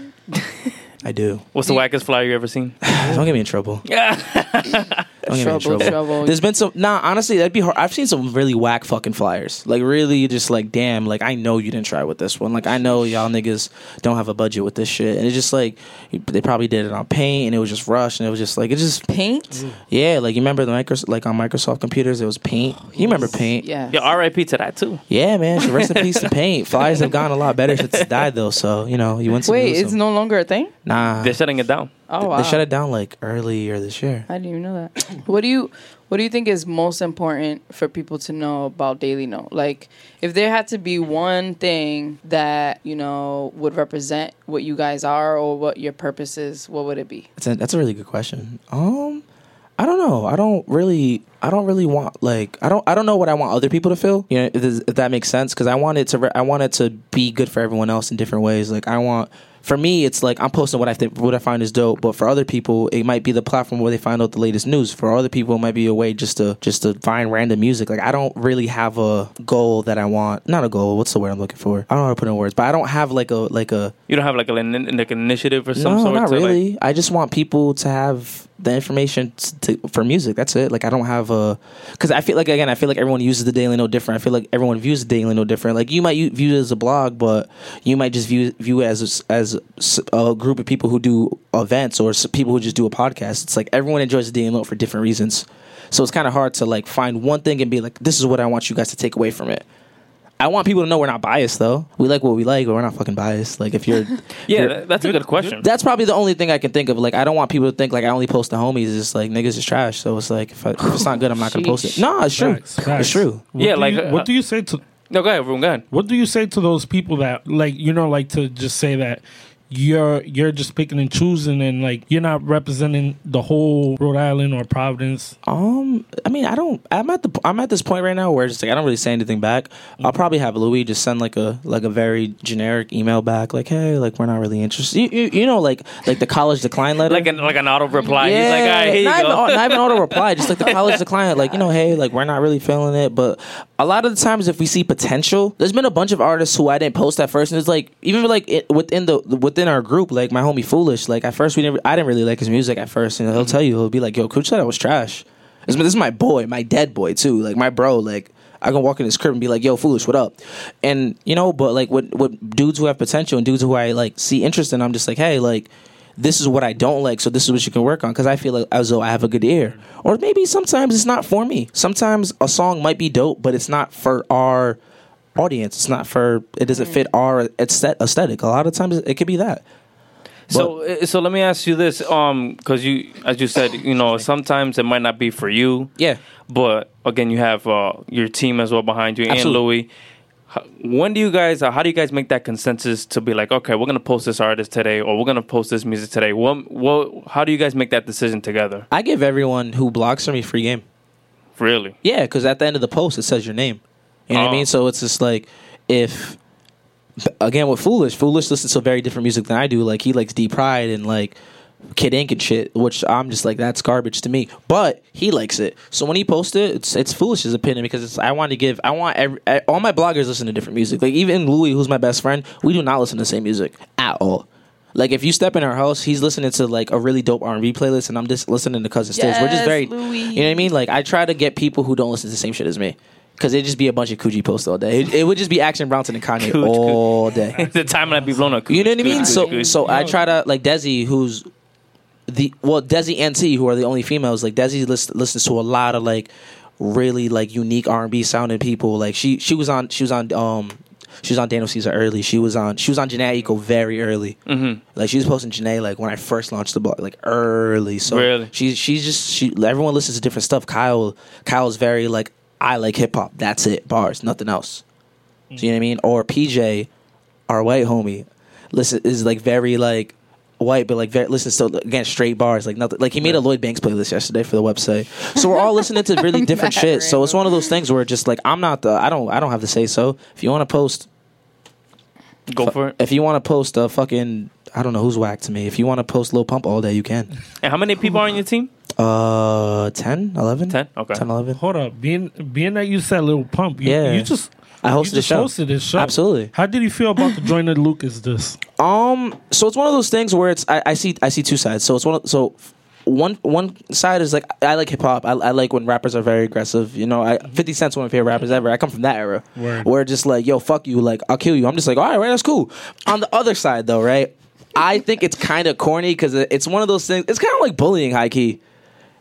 [SPEAKER 5] I do.
[SPEAKER 3] What's the wackest flyer you ever seen?
[SPEAKER 5] Don't get me in trouble.
[SPEAKER 3] Yeah.
[SPEAKER 5] Don't get me in
[SPEAKER 4] Trouble,
[SPEAKER 5] trouble.
[SPEAKER 4] trouble.
[SPEAKER 5] There's been some. Nah, honestly, that'd be hard. I've seen some really whack fucking flyers. Like really, just like damn. Like I know you didn't try with this one. Like I know y'all niggas don't have a budget with this shit. And it's just like they probably did it on paint, and it was just rushed, and it was just like it just
[SPEAKER 4] Paint?
[SPEAKER 5] yeah. Like you remember the Microsoft, like on Microsoft computers, it was paint. You remember paint?
[SPEAKER 4] Oh, Yeah.
[SPEAKER 3] yeah, R.I.P. to that too.
[SPEAKER 5] Yeah, man. So rest in peace to paint. Flyers have gone a lot better since it died, though. So you know you went.
[SPEAKER 4] Wait, it's no longer a thing?
[SPEAKER 5] nah.
[SPEAKER 3] They're shutting it down.
[SPEAKER 4] Oh wow.
[SPEAKER 5] They shut it down like earlier this year.
[SPEAKER 4] I didn't even know that. What do you what do you think is most important for people to know about Daily Note? Like if there had to be one thing that, you know, would represent what you guys are or what your purpose is, what would it be?
[SPEAKER 5] That's a, that's a really good question. Um, I don't know. I don't really. I don't really want like. I don't. I don't know what I want other people to feel. You know, if, this- if that makes sense. Because I want it to. Re- I want it to be good for everyone else in different ways. Like I want. For me, it's like I'm posting what I think, what I find is dope. But for other people, it might be the platform where they find out the latest news. For other people, it might be a way just to just to find random music. Like I don't really have a goal that I want. Not a goal. What's the word I'm looking for? I don't know how to put it in words. But I don't have like a like a
[SPEAKER 3] You don't have like, an, like an initiative or some
[SPEAKER 5] no,
[SPEAKER 3] sort
[SPEAKER 5] not
[SPEAKER 3] to
[SPEAKER 5] really.
[SPEAKER 3] like.
[SPEAKER 5] I just want people to have the information t- to, for music. That's it. Like I don't have a because I feel like again I feel like everyone uses the Daily Note different. I feel like everyone views the Daily Note different. Like you might u- view it as a blog, but you might just view view it as a s- as s- a group of people who do events or s- people who just do a podcast. It's like everyone enjoys the Daily Note for different reasons. So it's kind of hard to like find one thing and be like, this is what I want you guys to take away from it. I want people to know we're not biased though. We like what we like, but we're not fucking biased. Like if you're
[SPEAKER 3] Yeah, that, that's a good question.
[SPEAKER 5] that's probably the only thing I can think of. Like, I don't want people to think like I only post the homies. It's just, like niggas is trash. So it's like if, I, if it's not good, I'm not gonna post it.
[SPEAKER 4] Sheesh.
[SPEAKER 5] Nah, it's true.
[SPEAKER 2] Facts, facts.
[SPEAKER 5] It's true.
[SPEAKER 2] What
[SPEAKER 3] Yeah,
[SPEAKER 2] do
[SPEAKER 3] like,
[SPEAKER 2] you-
[SPEAKER 3] uh,
[SPEAKER 2] what do you say to
[SPEAKER 3] no, go ahead, room. Go ahead.
[SPEAKER 2] What do you say to those people that like you know like to just say that you're you're just picking and choosing and like you're not representing the whole Rhode Island or Providence?
[SPEAKER 5] Um, I mean, I don't. I'm at the. I'm at this point right now where it's just like I don't really say anything back. I'll probably have Louis just send like a like a very generic email back, like, hey, like we're not really interested. You, you, you know, like like the college decline letter.
[SPEAKER 3] Like an like an auto reply. He's like, all right, here
[SPEAKER 5] not,
[SPEAKER 3] you
[SPEAKER 5] even,
[SPEAKER 3] go.
[SPEAKER 5] au- not even auto reply, just like "Oh, the college decline. Like, you know, hey, like we're not really feeling it. But a lot of the times, if we see potential, there's been a bunch of artists who I didn't post at first, and it's like even like it, within the within our group, like my homie Foolish. Like at first, we didn't. I didn't really like his music at first, and
[SPEAKER 3] Mm-hmm.
[SPEAKER 5] he'll tell you he'll be like, "Yo, Cooch said I was trash." This, this is my boy, my dead boy too. Like my bro, like. I can walk in his crib and be like, "Yo, foolish, what up?" And you know, but like, with with dudes who have potential and dudes who I like see interest in, I'm just like, "Hey, like, this is what I don't like, so this is what you can work on. Because I feel like as though I have a good ear, or maybe sometimes it's not for me. Sometimes a song might be dope, but it's not for our audience. It's not for it doesn't fit our aesthet- aesthetic. A lot of times it could be that.
[SPEAKER 3] So, uh, so let me ask you this, um, because you, as you said, you know, sometimes it might not be for you.
[SPEAKER 5] Yeah.
[SPEAKER 3] But again, you have uh, your team as well behind you,
[SPEAKER 5] Absolutely.
[SPEAKER 3] and Louis. How- When do you guys? Uh, how do you guys make that consensus to be like, okay, we're gonna post this artist today, or we're gonna post this music today? What? What? How do you guys make that decision together?
[SPEAKER 5] I give everyone who blocks for me free game.
[SPEAKER 3] Really?
[SPEAKER 5] Yeah, because at the end of the post it says your name. You know what I
[SPEAKER 3] Oh.
[SPEAKER 5] mean? So it's just like if again with Foolish, Foolish listens to very different music than I do. Like he likes Deep Pride and like Kid Ink and shit, which I'm just like that's garbage to me. But he likes it, so when he posts it, it's it's Foolish's opinion because it's I want to give I want every, I- all my bloggers listen to different music. Like even Louis, who's my best friend, we do not listen to the same music at all. Like if you step in our house, he's listening to like a really dope R and B playlist, and I'm just listening to Cousin Stills. We're just
[SPEAKER 4] Yes,
[SPEAKER 5] very,
[SPEAKER 4] Louis.
[SPEAKER 5] you know what I mean? Like I try to get people who don't listen to the same shit as me, because it'd just be a bunch of Coogee posts all day. It, it would just be Action Bronson and Kanye
[SPEAKER 3] Cooge, Cooge.
[SPEAKER 5] all day.
[SPEAKER 3] the time I'd be blown up.
[SPEAKER 5] You know what I mean? So
[SPEAKER 3] Good.
[SPEAKER 5] so I try to like Desi, who's the well Desi and T, who are the only females. Like Desi list, listens to a lot of like really like unique R and B sounding people. Like she she was on she was on um she was on Daniel Caesar early. She was on she was on Janae Eco very early. Mm-hmm. Like she was posting Janae like when I first launched the blog, like early. So
[SPEAKER 3] Really?
[SPEAKER 5] she's she's just she everyone listens to different stuff. Kyle Kyle's very like I like hip hop. That's it. Bars, nothing else. Do you know what I mean? Or PJ, our white homie, listen is like very like white, but like very, listens to again straight bars, like nothing. Like he made a Lloyd Banks playlist yesterday for the website, so we're all listening to really different shit. So it's one of those things where just like I'm not the I don't I don't have to say so. If you want to post,
[SPEAKER 3] go for it.
[SPEAKER 5] if you want to post a fucking I don't know who's whack to me. If you want to post Lil Pump all day, you can.
[SPEAKER 3] And how many people are on your team?
[SPEAKER 5] Uh, 10, 11?
[SPEAKER 3] 10? Okay.
[SPEAKER 5] 10, 11.
[SPEAKER 2] Hold up, being being that you said little pump, you,
[SPEAKER 5] Yeah.
[SPEAKER 2] you just
[SPEAKER 5] I hosted
[SPEAKER 2] You
[SPEAKER 5] the
[SPEAKER 2] just
[SPEAKER 5] show.
[SPEAKER 2] hosted this show.
[SPEAKER 5] Absolutely.
[SPEAKER 2] How did you feel about the joiner Lucas this?
[SPEAKER 5] Um, so it's one of those things where it's I, I see I see two sides. So it's one of, so one one side is like I like hip hop. I, I like when rappers are very aggressive. You know, I, Fifty Cent's one of my favorite rappers ever. I come from that era
[SPEAKER 2] Word.
[SPEAKER 5] where just like yo fuck you, like I'll kill you. I'm just like all right, right, that's cool. On the other side though, right, I think it's kind of corny because it's one of those things. It's kind of like bullying, high key.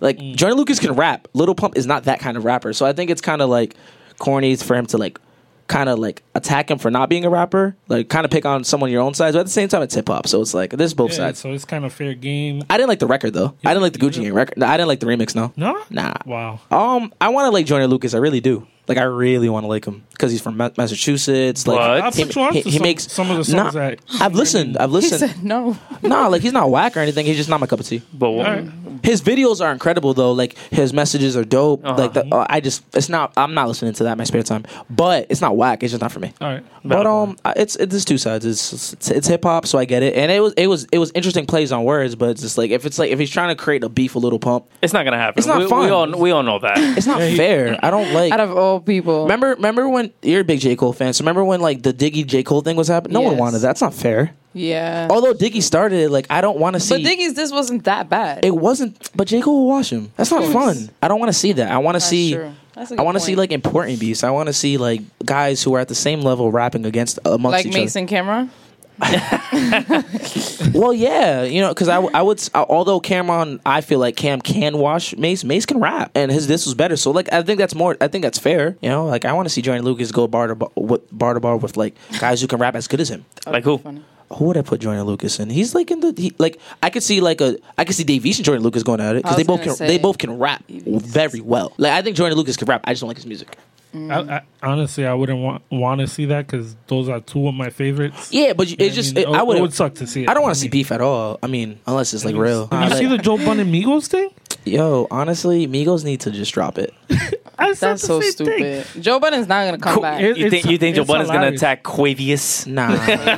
[SPEAKER 5] Like mm. Lucas can rap. Little Pump is not that kind of rapper. So I think it's kind of like corny for him to like kind of like attack him for not being a rapper. Like kind of pick on someone your own size. But at the same time, it's hip hop. So it's like there's both
[SPEAKER 2] Yeah,
[SPEAKER 5] sides.
[SPEAKER 2] so it's kind of fair game.
[SPEAKER 5] I didn't like the record though. I didn't like the Gucci Gang record. No, I didn't like the remix. No.
[SPEAKER 2] No?
[SPEAKER 5] Nah.
[SPEAKER 2] Wow.
[SPEAKER 5] Um, I want to like Joyner Lucas. I really do. Like I really want to like him because he's from Ma- Massachusetts. Like
[SPEAKER 3] But-
[SPEAKER 2] I'll
[SPEAKER 5] he,
[SPEAKER 2] put you on
[SPEAKER 5] he-
[SPEAKER 2] to
[SPEAKER 5] he
[SPEAKER 2] some,
[SPEAKER 5] makes
[SPEAKER 2] some of the songs
[SPEAKER 5] Nah,
[SPEAKER 2] that
[SPEAKER 5] I've listened. I've
[SPEAKER 4] He
[SPEAKER 5] listened.
[SPEAKER 4] said no.
[SPEAKER 5] nah, like he's not whack or anything. He's just not my cup of tea.
[SPEAKER 3] But what,
[SPEAKER 2] All right.
[SPEAKER 5] His videos are incredible though. Like his messages are dope.
[SPEAKER 3] Uh-huh.
[SPEAKER 5] Like the, uh, I just, it's not. I'm not listening to that in my spare time. But it's not whack. It's just not for me.
[SPEAKER 2] All right.
[SPEAKER 5] But um, I- it's it's just two sides. It's it's, it's hip hop, so I get it. And it was it was it was interesting plays on words. But it's just like if it's like if he's trying to create a beef, a little pump,
[SPEAKER 3] it's not gonna happen.
[SPEAKER 5] It's not
[SPEAKER 3] we,
[SPEAKER 5] fun.
[SPEAKER 3] We all we all know that.
[SPEAKER 5] it's not fair. I don't like.
[SPEAKER 4] Out of all people,
[SPEAKER 5] remember remember when you're a big J Cole fan? So remember when like the Diggy J Cole thing was happening? No one
[SPEAKER 4] Yes.
[SPEAKER 5] wanted that. That's not fair.
[SPEAKER 4] yeah.
[SPEAKER 5] Although Diggy started it, like I don't want to see.
[SPEAKER 4] but Diggy's this wasn't that bad.
[SPEAKER 5] it wasn't, but J Cole will wash him. That's not
[SPEAKER 4] course.
[SPEAKER 5] fun. I don't want to see that. I want to
[SPEAKER 4] That's
[SPEAKER 5] see.
[SPEAKER 4] true. That's a
[SPEAKER 5] I
[SPEAKER 4] good
[SPEAKER 5] want to see
[SPEAKER 4] point.
[SPEAKER 5] like important beefs. I want to see like guys who are at the same level rapping against uh, amongst
[SPEAKER 4] like
[SPEAKER 5] each
[SPEAKER 4] Mason Cameron.
[SPEAKER 5] other. Well, yeah, you know, because I, w- I would s- uh, although Cameron, I feel like Cam can wash Mace. Mace can rap, and his this was better. So like, I think that's more. I think that's fair. You know, like I want to see Jordan Lucas go bar to bar with bar to bar with like guys who can rap as good as him.
[SPEAKER 3] like who?
[SPEAKER 5] Who would I put Jordan Lucas in? He's like in the he, like I could see like a I could see Dave East and Jordan Lucas going at it because
[SPEAKER 4] I
[SPEAKER 5] they
[SPEAKER 4] was
[SPEAKER 5] both can
[SPEAKER 4] gonna
[SPEAKER 5] they
[SPEAKER 4] say
[SPEAKER 5] both can rap very well. Like I think Jordan Lucas can rap. I just don't like his music.
[SPEAKER 2] I, I, honestly, I wouldn't want want to see that because those are two of my favorites.
[SPEAKER 5] Yeah, but you-
[SPEAKER 2] You know
[SPEAKER 5] it's
[SPEAKER 2] what
[SPEAKER 5] just
[SPEAKER 2] mean?
[SPEAKER 5] it, I would
[SPEAKER 2] It would suck to see it.
[SPEAKER 5] I don't want to see
[SPEAKER 2] mean,
[SPEAKER 5] beef at all. I mean, unless it's like real.
[SPEAKER 2] Did you
[SPEAKER 5] Like,
[SPEAKER 2] see the Joe Bun and Migos thing?
[SPEAKER 5] yo, honestly, Migos need to just drop it.
[SPEAKER 2] I said
[SPEAKER 4] That's
[SPEAKER 2] the
[SPEAKER 4] so
[SPEAKER 2] same
[SPEAKER 4] stupid. Joe Budden's not gonna come
[SPEAKER 3] Who-
[SPEAKER 4] back.
[SPEAKER 2] It-
[SPEAKER 3] you think
[SPEAKER 2] it's-
[SPEAKER 3] you think Joe
[SPEAKER 2] it's
[SPEAKER 3] Budden's gonna
[SPEAKER 2] hilarious.
[SPEAKER 3] attack Quavius?
[SPEAKER 5] Nah,
[SPEAKER 4] He is.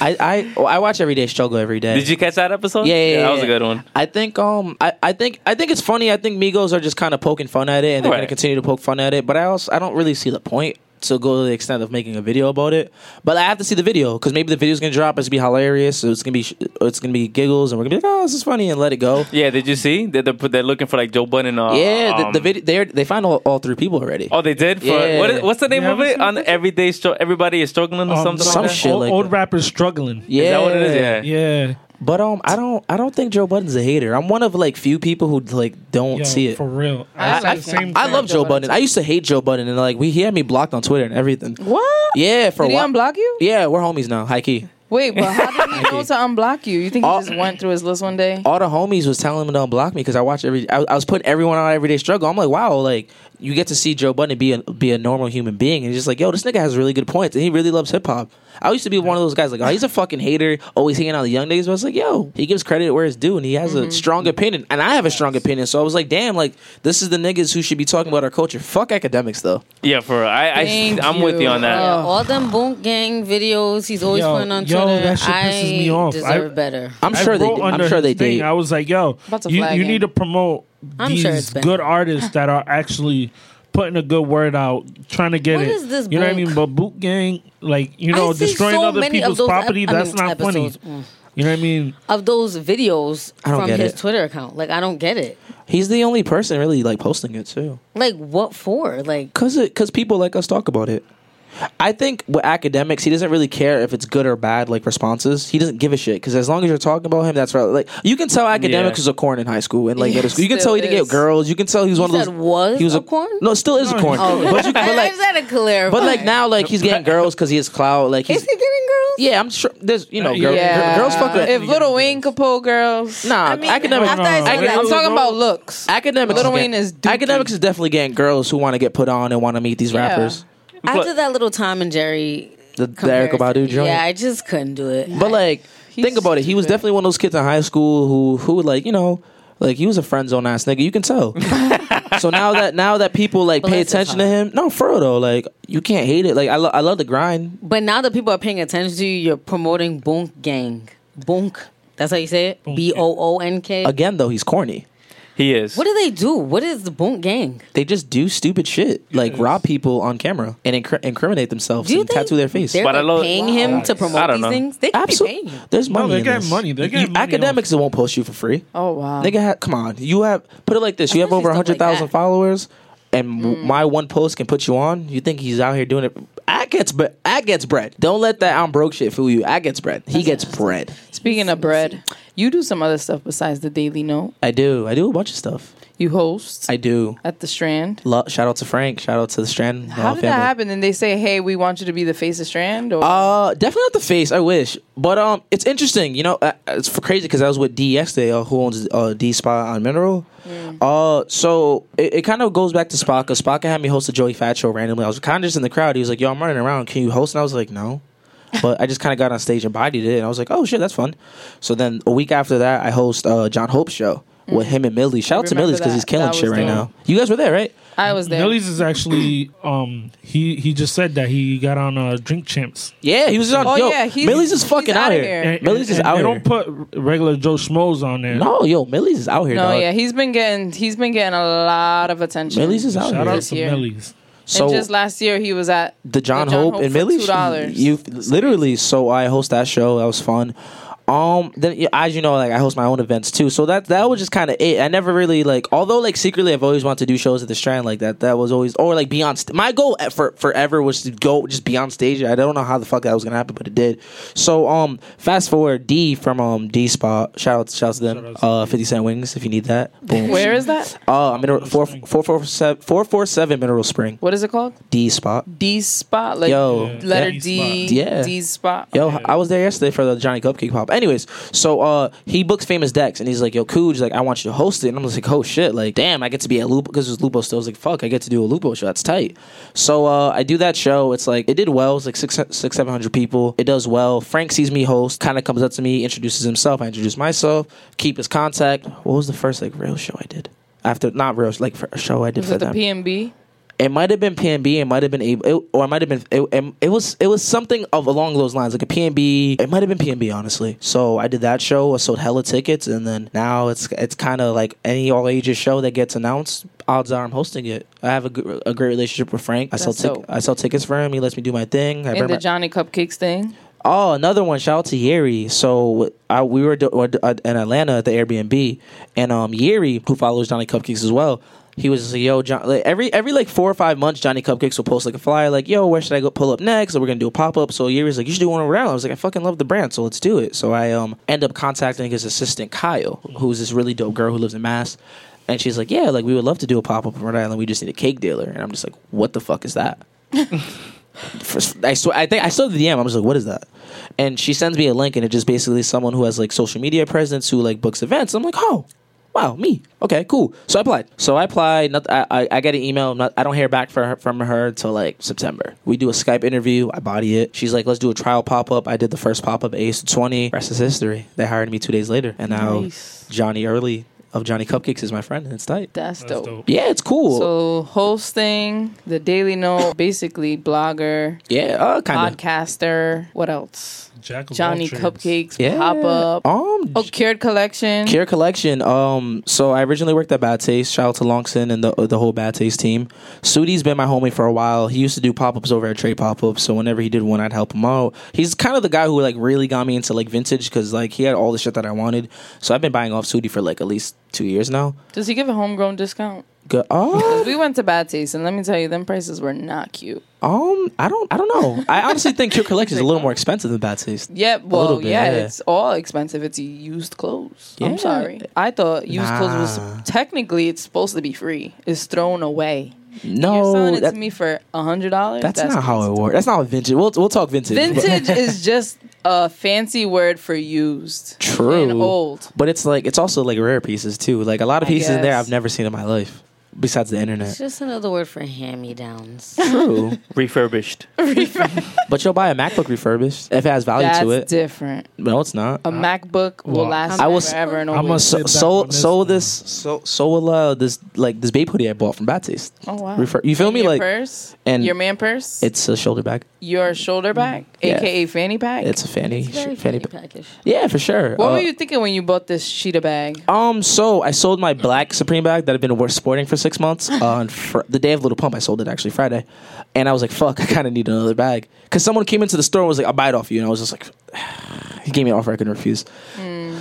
[SPEAKER 5] I I well, I watch Everyday Struggle every day.
[SPEAKER 3] Did you catch that episode?
[SPEAKER 5] Yeah, yeah, yeah,
[SPEAKER 3] that was a
[SPEAKER 5] yeah.
[SPEAKER 3] good one.
[SPEAKER 5] I think um I, I think I think it's funny. I think Migos are just kind of poking fun at it, and they're gonna
[SPEAKER 3] Right.
[SPEAKER 5] continue to poke fun at it. But I also I don't really see the point to go to the extent of making a video about it. But I have to see the video because maybe the video's gonna drop. It's gonna be hilarious. So it's gonna be sh- it's gonna be giggles, and we're gonna be like, oh, this is funny, and let it go.
[SPEAKER 3] Yeah, did you see? They're, they're, they're looking for like Joe Budden. Uh,
[SPEAKER 5] yeah, the,
[SPEAKER 3] um,
[SPEAKER 5] the video they they found all, all three people already.
[SPEAKER 3] Oh, they did. For,
[SPEAKER 5] Yeah.
[SPEAKER 3] what is, what's the name
[SPEAKER 2] You
[SPEAKER 3] of
[SPEAKER 2] haven't
[SPEAKER 3] it?
[SPEAKER 2] seen
[SPEAKER 3] On
[SPEAKER 2] the picture?
[SPEAKER 3] everyday stro- everybody is struggling or
[SPEAKER 2] Um,
[SPEAKER 3] something.
[SPEAKER 5] some
[SPEAKER 3] like that?
[SPEAKER 5] shit
[SPEAKER 2] old,
[SPEAKER 5] like
[SPEAKER 2] old
[SPEAKER 5] that.
[SPEAKER 2] rappers struggling.
[SPEAKER 5] yeah,
[SPEAKER 3] Is that what it is? Yeah.
[SPEAKER 2] Yeah.
[SPEAKER 5] But um, I don't I don't think Joe Budden's a hater. I'm one of like few people who like don't
[SPEAKER 2] Yo,
[SPEAKER 5] see it.
[SPEAKER 2] for real.
[SPEAKER 4] I-
[SPEAKER 2] said
[SPEAKER 4] I-
[SPEAKER 2] the same
[SPEAKER 5] I
[SPEAKER 2] thing.
[SPEAKER 5] love Joe
[SPEAKER 4] Joe Budden.
[SPEAKER 5] Budden. I used to hate Joe Budden, and like we he had me blocked on Twitter and everything.
[SPEAKER 4] what?
[SPEAKER 5] Yeah, for
[SPEAKER 4] Did
[SPEAKER 5] a
[SPEAKER 4] he
[SPEAKER 5] while.
[SPEAKER 4] unblock you?
[SPEAKER 5] Yeah, we're homies now, high key.
[SPEAKER 4] Wait, but how did he know to unblock you? You think
[SPEAKER 5] All-
[SPEAKER 4] he just went through his list one day?
[SPEAKER 5] All the homies was telling him to unblock me because I watch every. I, I was putting everyone on everyday struggle. I'm like, wow, like you get to see Joe Budden be a be a normal human being, and he's just like, yo, this nigga has really good points, and he really loves hip hop. I used to be one of those guys like, oh, he's a fucking hater, always hanging out with the young niggas. But I was like, yo, he gives credit where it's due, and he has
[SPEAKER 4] Mm-hmm.
[SPEAKER 5] a strong opinion, and I have a strong opinion. So I was like, damn, like this is the niggas who should be talking about our culture. Fuck academics though.
[SPEAKER 3] Yeah, for real. I, I
[SPEAKER 4] Thank
[SPEAKER 3] I'm with you
[SPEAKER 4] you.
[SPEAKER 3] on that.
[SPEAKER 5] Uh,
[SPEAKER 4] Oh.
[SPEAKER 6] All them boom gang videos he's always
[SPEAKER 2] Yo,
[SPEAKER 6] putting on
[SPEAKER 2] yo,
[SPEAKER 6] Twitter.
[SPEAKER 2] that shit pisses
[SPEAKER 6] I
[SPEAKER 2] me off. I-
[SPEAKER 6] deserve better.
[SPEAKER 5] I'm
[SPEAKER 2] I
[SPEAKER 5] sure they.
[SPEAKER 2] wrote
[SPEAKER 5] I'm
[SPEAKER 2] under
[SPEAKER 5] sure
[SPEAKER 2] his
[SPEAKER 5] they
[SPEAKER 2] thing.
[SPEAKER 5] did.
[SPEAKER 2] I was like, yo,
[SPEAKER 4] About to
[SPEAKER 2] you,
[SPEAKER 4] flag
[SPEAKER 2] you
[SPEAKER 4] him.
[SPEAKER 2] need to promote
[SPEAKER 6] I'm
[SPEAKER 2] these
[SPEAKER 6] sure it's been-
[SPEAKER 2] good artists that are actually putting a good word out, trying to get
[SPEAKER 6] What
[SPEAKER 2] it.
[SPEAKER 6] is this
[SPEAKER 2] you know what I
[SPEAKER 6] book?
[SPEAKER 2] mean? But boot gang, like you know,
[SPEAKER 6] I see
[SPEAKER 2] destroying
[SPEAKER 6] so
[SPEAKER 2] other
[SPEAKER 6] many of
[SPEAKER 2] people's
[SPEAKER 6] those ep-
[SPEAKER 2] property,
[SPEAKER 6] I
[SPEAKER 2] that's
[SPEAKER 6] mean,
[SPEAKER 2] not
[SPEAKER 6] episodes.
[SPEAKER 2] funny.
[SPEAKER 6] Mm.
[SPEAKER 2] You know what I mean?
[SPEAKER 6] Of those videos
[SPEAKER 5] I don't
[SPEAKER 6] from
[SPEAKER 5] get
[SPEAKER 6] his
[SPEAKER 5] it.
[SPEAKER 6] Twitter account. Like I don't get it.
[SPEAKER 5] He's the only person really like posting it too.
[SPEAKER 6] Like what for? Like
[SPEAKER 5] Cause it, cause people like us talk about it. I think with academics, he doesn't really care if it's good or bad. Like responses, he doesn't give a shit. Because as long as you're talking about him, that's right. Like you can tell academics
[SPEAKER 3] Yeah.
[SPEAKER 5] was a corn in high school and like middle school. You can
[SPEAKER 4] Still
[SPEAKER 5] tell he didn't
[SPEAKER 4] is.
[SPEAKER 5] get girls. You can tell he was one of
[SPEAKER 6] said
[SPEAKER 5] those.
[SPEAKER 6] was
[SPEAKER 5] he was
[SPEAKER 6] a corn?
[SPEAKER 5] No, still is a
[SPEAKER 2] No,
[SPEAKER 5] corn.
[SPEAKER 2] he's-
[SPEAKER 6] oh,
[SPEAKER 5] But, you, but
[SPEAKER 6] I
[SPEAKER 5] like,
[SPEAKER 6] just had to clarify.
[SPEAKER 5] but like now, like he's getting girls because he has clout. Like
[SPEAKER 6] is
[SPEAKER 5] he's
[SPEAKER 6] he getting girls?
[SPEAKER 5] yeah. I'm sure there's you know girl,
[SPEAKER 4] Uh, yeah,
[SPEAKER 5] girl- girls fuck with
[SPEAKER 4] If Little Wayne could pull girls,
[SPEAKER 5] nah academics.
[SPEAKER 6] after I saw
[SPEAKER 5] no,
[SPEAKER 4] I'm
[SPEAKER 5] no,
[SPEAKER 6] that,
[SPEAKER 5] no.
[SPEAKER 4] talking about looks.
[SPEAKER 5] Academics,
[SPEAKER 4] Lil
[SPEAKER 5] is
[SPEAKER 4] Wayne
[SPEAKER 5] getting-
[SPEAKER 4] is dookie.
[SPEAKER 5] academics is definitely getting girls who want to get put on and want to meet these
[SPEAKER 4] Yeah.
[SPEAKER 5] rappers.
[SPEAKER 6] after that little Tom and Jerry
[SPEAKER 5] The, the Erica
[SPEAKER 6] comparison,
[SPEAKER 5] Badu joint.
[SPEAKER 6] Yeah, I just couldn't do it.
[SPEAKER 5] But like, think about it. He was
[SPEAKER 4] stupid.
[SPEAKER 5] definitely one of those kids in high school who who like you know. Like he was a friend zone ass nigga, you can tell. so now that now that people like
[SPEAKER 6] But
[SPEAKER 5] pay
[SPEAKER 6] that's
[SPEAKER 5] attention to
[SPEAKER 6] hard.
[SPEAKER 5] him, no, for real though, like you can't hate it. Like I, lo- I love the grind.
[SPEAKER 6] But now that people are paying attention to you, you're promoting Bunk Gang. Bunk. That's how you say it? B O O N K.
[SPEAKER 5] Again though, he's corny.
[SPEAKER 3] He is.
[SPEAKER 6] What do they do? What is the Boom Gang?
[SPEAKER 5] They just do stupid shit, like rob people on camera and incri- incriminate themselves
[SPEAKER 6] Do you
[SPEAKER 5] and tattoo
[SPEAKER 6] think
[SPEAKER 5] their face.
[SPEAKER 6] They're
[SPEAKER 3] But I
[SPEAKER 6] like,
[SPEAKER 3] love-
[SPEAKER 6] paying him to promote
[SPEAKER 3] I don't
[SPEAKER 6] these
[SPEAKER 3] know.
[SPEAKER 6] things. They could be paying
[SPEAKER 5] Absolutely,
[SPEAKER 6] him.
[SPEAKER 5] there's money.
[SPEAKER 2] they
[SPEAKER 5] in
[SPEAKER 2] got
[SPEAKER 5] this.
[SPEAKER 2] money. They got
[SPEAKER 5] You-
[SPEAKER 2] money off
[SPEAKER 5] academics won't post you for free.
[SPEAKER 4] Oh wow.
[SPEAKER 5] Nigga, ha- come on. You have put it like this. You have
[SPEAKER 6] Especially
[SPEAKER 5] over
[SPEAKER 6] stuff like
[SPEAKER 5] hundred thousand
[SPEAKER 6] that.
[SPEAKER 5] followers, and w my one post can put you on. You think he's out here doing it? I gets bread. I gets bread. Don't let that I'm broke shit fool you. I gets bread. He gets bread.
[SPEAKER 4] Speaking of bread, you do some other stuff besides the Daily Note.
[SPEAKER 5] I do. I do a bunch of stuff.
[SPEAKER 4] You host
[SPEAKER 5] I do.
[SPEAKER 4] at the Strand.
[SPEAKER 5] Lo- shout out to Frank. Shout out to the Strand.
[SPEAKER 4] How
[SPEAKER 5] uh,
[SPEAKER 4] did
[SPEAKER 5] family.
[SPEAKER 4] that happen? And they say, "Hey, we want you to be the face of Strand." Or
[SPEAKER 5] Uh, definitely not the face. I wish, but um, it's interesting. You know, uh, it's f- crazy because I was with D yesterday, uh, who owns uh, D Spa on Mineral.
[SPEAKER 4] Mm.
[SPEAKER 5] Uh, so it, it kind of goes back to Spock. 'cause Spock had me host a Joey Fat show randomly. I was kind of just in the crowd. He was like, "Yo, I'm running around. Can you host?" And I was like, "No." But I just kind of got on stage and bodied it, and I was like, "Oh shit, that's fun." So then a week after that, I host uh, John Hope's show with him and Millie. Shout out to
[SPEAKER 4] Mm. Remember
[SPEAKER 5] Millie's because he's
[SPEAKER 4] that.
[SPEAKER 5] killing
[SPEAKER 4] That
[SPEAKER 5] shit
[SPEAKER 4] was
[SPEAKER 5] right
[SPEAKER 4] dope.
[SPEAKER 5] now. You guys were there, right?
[SPEAKER 4] I was there.
[SPEAKER 2] Millie's is actually um he he just said that he got on uh, Drink Champs.
[SPEAKER 5] Yeah, he was on.
[SPEAKER 4] Oh,
[SPEAKER 5] yo,
[SPEAKER 4] yeah, he's-
[SPEAKER 5] Millie's is
[SPEAKER 4] he's
[SPEAKER 5] fucking out
[SPEAKER 4] outta
[SPEAKER 5] here.
[SPEAKER 4] here.
[SPEAKER 2] And,
[SPEAKER 5] Millie's is
[SPEAKER 2] and
[SPEAKER 5] out
[SPEAKER 2] they
[SPEAKER 5] here.
[SPEAKER 2] don't put regular Joe Schmoes on there.
[SPEAKER 5] no, yo, Millie's is out here.
[SPEAKER 4] no,
[SPEAKER 5] dog.
[SPEAKER 4] yeah, he's been getting he's been getting a lot of attention.
[SPEAKER 5] Millie's is out
[SPEAKER 2] Shout
[SPEAKER 5] here.
[SPEAKER 2] out
[SPEAKER 4] This
[SPEAKER 2] to
[SPEAKER 4] year.
[SPEAKER 2] Millie's.
[SPEAKER 5] So
[SPEAKER 4] and just last year he was at
[SPEAKER 5] the John,
[SPEAKER 4] the John
[SPEAKER 5] Hope,
[SPEAKER 4] Hope
[SPEAKER 5] and
[SPEAKER 4] for
[SPEAKER 5] Millie,
[SPEAKER 4] $2.
[SPEAKER 5] you literally. So I host that show. That was fun. Um, then yeah, as you know, like I host my own events too. So that that was just kind of it. I never really like, although like secretly, I've always wanted to do shows at the Strand like that. That was always or like be on. St- my goal at- for forever was to go just be on stage. I don't know how the fuck that was gonna happen, but it did. So um, fast forward D from um D Spot. Shout out, shout out to them. uh, Fifty Cent Wings if you need that. Boom.
[SPEAKER 4] Where is that?
[SPEAKER 5] Uh, I'm in four four four seven four four seven Mineral Spring
[SPEAKER 4] What is it called?
[SPEAKER 5] D Spot.
[SPEAKER 4] D spot, like
[SPEAKER 5] Yo,
[SPEAKER 2] Yeah.
[SPEAKER 4] letter
[SPEAKER 2] Yeah.
[SPEAKER 4] D,
[SPEAKER 5] Yeah.
[SPEAKER 4] D spot.
[SPEAKER 5] Yo, I was there yesterday for the Johnny Cupcake Pop. Anyways, so uh, he books famous decks, and he's like, "Yo, Cooge, like I want you to host it." And I'm just like, "Oh shit, like damn, I get to be at Lupo because it's Lupo still." I was like, "Fuck, I get to do a Lupo show. That's tight." So uh, I do that show. It's like it did well. It's like six, six, seven hundred people. It does well. Frank sees me host, kind of comes up to me, introduces himself. I introduce myself, keep his contact. What was the first like real show I did? After not real like for a show I did
[SPEAKER 4] Was
[SPEAKER 5] for
[SPEAKER 4] it the
[SPEAKER 5] them.
[SPEAKER 4] PMB?
[SPEAKER 5] It might have been PNB. It might have been able, or it might have been it, it, it was it was something of along those lines, like a PNB. It might have been PNB, honestly. So I did that show. I sold hella tickets, and then now it's it's kind of like any all ages show that gets announced. Odds are I'm hosting it. I have a, good, a great relationship with Frank. I sell
[SPEAKER 4] That's
[SPEAKER 5] tic-
[SPEAKER 4] dope.
[SPEAKER 5] I sell tickets for him. He lets me do my thing. I bring
[SPEAKER 4] And the
[SPEAKER 5] my-
[SPEAKER 4] Johnny Cupcakes thing.
[SPEAKER 5] Oh, another one. Shout out to Yeri. So I, we were do- were, uh, in Atlanta at the Airbnb, and um, Yeri, who follows Johnny Cupcakes as well, he was just like, "Yo, John." Like, every every like four or five months, Johnny Cupcakes will post like a flyer, like, "Yo, where should I go pull up next?" Or we're gonna do a pop up. So Yeri's like, "You should do one around." I was like, "I fucking love the brand, so let's do it." So I um end up contacting his assistant Kyle, who's this really dope girl who lives in Mass. And she's like, "Yeah, like we would love to do a pop up in Rhode Island. We just need a cake dealer." And I'm just like, "What the fuck is that?" first, I swear, I think I saw the DM. I was like, "What is that?" And she sends me a link, and it just basically someone who has like social media presence who like books events. I'm like, "Oh, wow, me? Okay, cool." So I applied. So I applied. Not, I, I I get an email. Not, I don't hear back for her, from her until like September. We do a Skype interview. I body it. She's like, "Let's do a trial pop up." I did the first pop up, Ace Twenty. Rest is history. They hired me two days later, and now
[SPEAKER 4] Nice.
[SPEAKER 5] Johnny Early of Johnny Cupcakes is my friend, and it's tight.
[SPEAKER 4] That's,
[SPEAKER 2] That's
[SPEAKER 4] dope.
[SPEAKER 2] dope.
[SPEAKER 5] Yeah, it's cool.
[SPEAKER 4] So hosting the Daily Note, basically blogger,
[SPEAKER 5] yeah, uh, kind of.
[SPEAKER 4] podcaster. What else?
[SPEAKER 2] Jack of all
[SPEAKER 4] Johnny
[SPEAKER 2] trades.
[SPEAKER 4] Cupcakes
[SPEAKER 5] Yeah.
[SPEAKER 4] pop up.
[SPEAKER 5] Um,
[SPEAKER 4] Oh, Cured Collection.
[SPEAKER 5] Care Collection. Um, so I originally worked at Bad Taste. Shout out to Longson and the uh, the whole Bad Taste team. Sudi's been my homie for a while. He used to do pop ups over at Trade Pop Ups. So whenever he did one, I'd help him out. He's kind of the guy who like really got me into like vintage because like he had all the shit that I wanted. So I've been buying off Sudi for like at least two years now.
[SPEAKER 4] Does he give a homegrown discount?
[SPEAKER 5] Good. Oh,
[SPEAKER 4] We went to Bad Taste, and let me tell you, them prices were not cute.
[SPEAKER 5] um, I don't, I don't know. I honestly think Care Collection is a little more expensive than Bad Taste.
[SPEAKER 4] Yeah,
[SPEAKER 5] little
[SPEAKER 4] well,
[SPEAKER 5] bit,
[SPEAKER 4] yeah,
[SPEAKER 5] yeah.
[SPEAKER 4] it's all expensive. It's used clothes.
[SPEAKER 5] Yeah.
[SPEAKER 4] I'm sorry. I thought used clothes
[SPEAKER 5] Nah.
[SPEAKER 4] was technically it's supposed to be free. It's thrown away. You're
[SPEAKER 5] No,
[SPEAKER 4] selling it
[SPEAKER 5] that-
[SPEAKER 4] to me for a hundred dollars.
[SPEAKER 5] that's, not how it works. That's not vintage. We'll we'll talk vintage. but-
[SPEAKER 4] Vintage is just a fancy word for used.
[SPEAKER 5] True.
[SPEAKER 4] And old.
[SPEAKER 5] But it's like it's also like rare pieces too. Like a lot of
[SPEAKER 4] I
[SPEAKER 5] pieces in there
[SPEAKER 4] guess.
[SPEAKER 5] I've never seen in my life. besides the internet.
[SPEAKER 6] It's just another word for hand me downs.
[SPEAKER 5] True,
[SPEAKER 3] refurbished.
[SPEAKER 5] but you'll buy a MacBook refurbished if it has value
[SPEAKER 4] That's Oh.
[SPEAKER 5] to it.
[SPEAKER 4] different.
[SPEAKER 5] no, it's not.
[SPEAKER 4] A MacBook will
[SPEAKER 2] Well,
[SPEAKER 4] last
[SPEAKER 5] I will s-
[SPEAKER 4] forever and
[SPEAKER 2] I
[SPEAKER 4] always.
[SPEAKER 2] must-
[SPEAKER 5] So
[SPEAKER 2] Sit back
[SPEAKER 5] so
[SPEAKER 2] on this
[SPEAKER 5] so
[SPEAKER 2] one.
[SPEAKER 5] this so so will uh, this like this babe hoodie I bought from Bad Taste.
[SPEAKER 4] Oh, wow.
[SPEAKER 5] Refer- you feel
[SPEAKER 4] And
[SPEAKER 5] me?
[SPEAKER 4] your
[SPEAKER 5] Like
[SPEAKER 4] purse,
[SPEAKER 5] and-
[SPEAKER 4] your man purse,
[SPEAKER 5] it's a shoulder bag.
[SPEAKER 4] your shoulder bag,
[SPEAKER 5] Yeah.
[SPEAKER 4] aka fanny pack.
[SPEAKER 5] It's a fanny
[SPEAKER 6] Very
[SPEAKER 5] fanny.
[SPEAKER 6] funny package.
[SPEAKER 5] Yeah, for sure.
[SPEAKER 4] what
[SPEAKER 5] Uh,
[SPEAKER 4] were you thinking when you bought this Sheeta bag?
[SPEAKER 5] Um, so I sold my black Supreme bag that I've been worth sporting for six months on fr- the day of Little Pump. I sold it actually Friday, and I was like, "Fuck, I kind of need another bag." Because someone came into the store and was like, "I'll buy it off you," and I was just like, "He gave me an offer I couldn't refuse."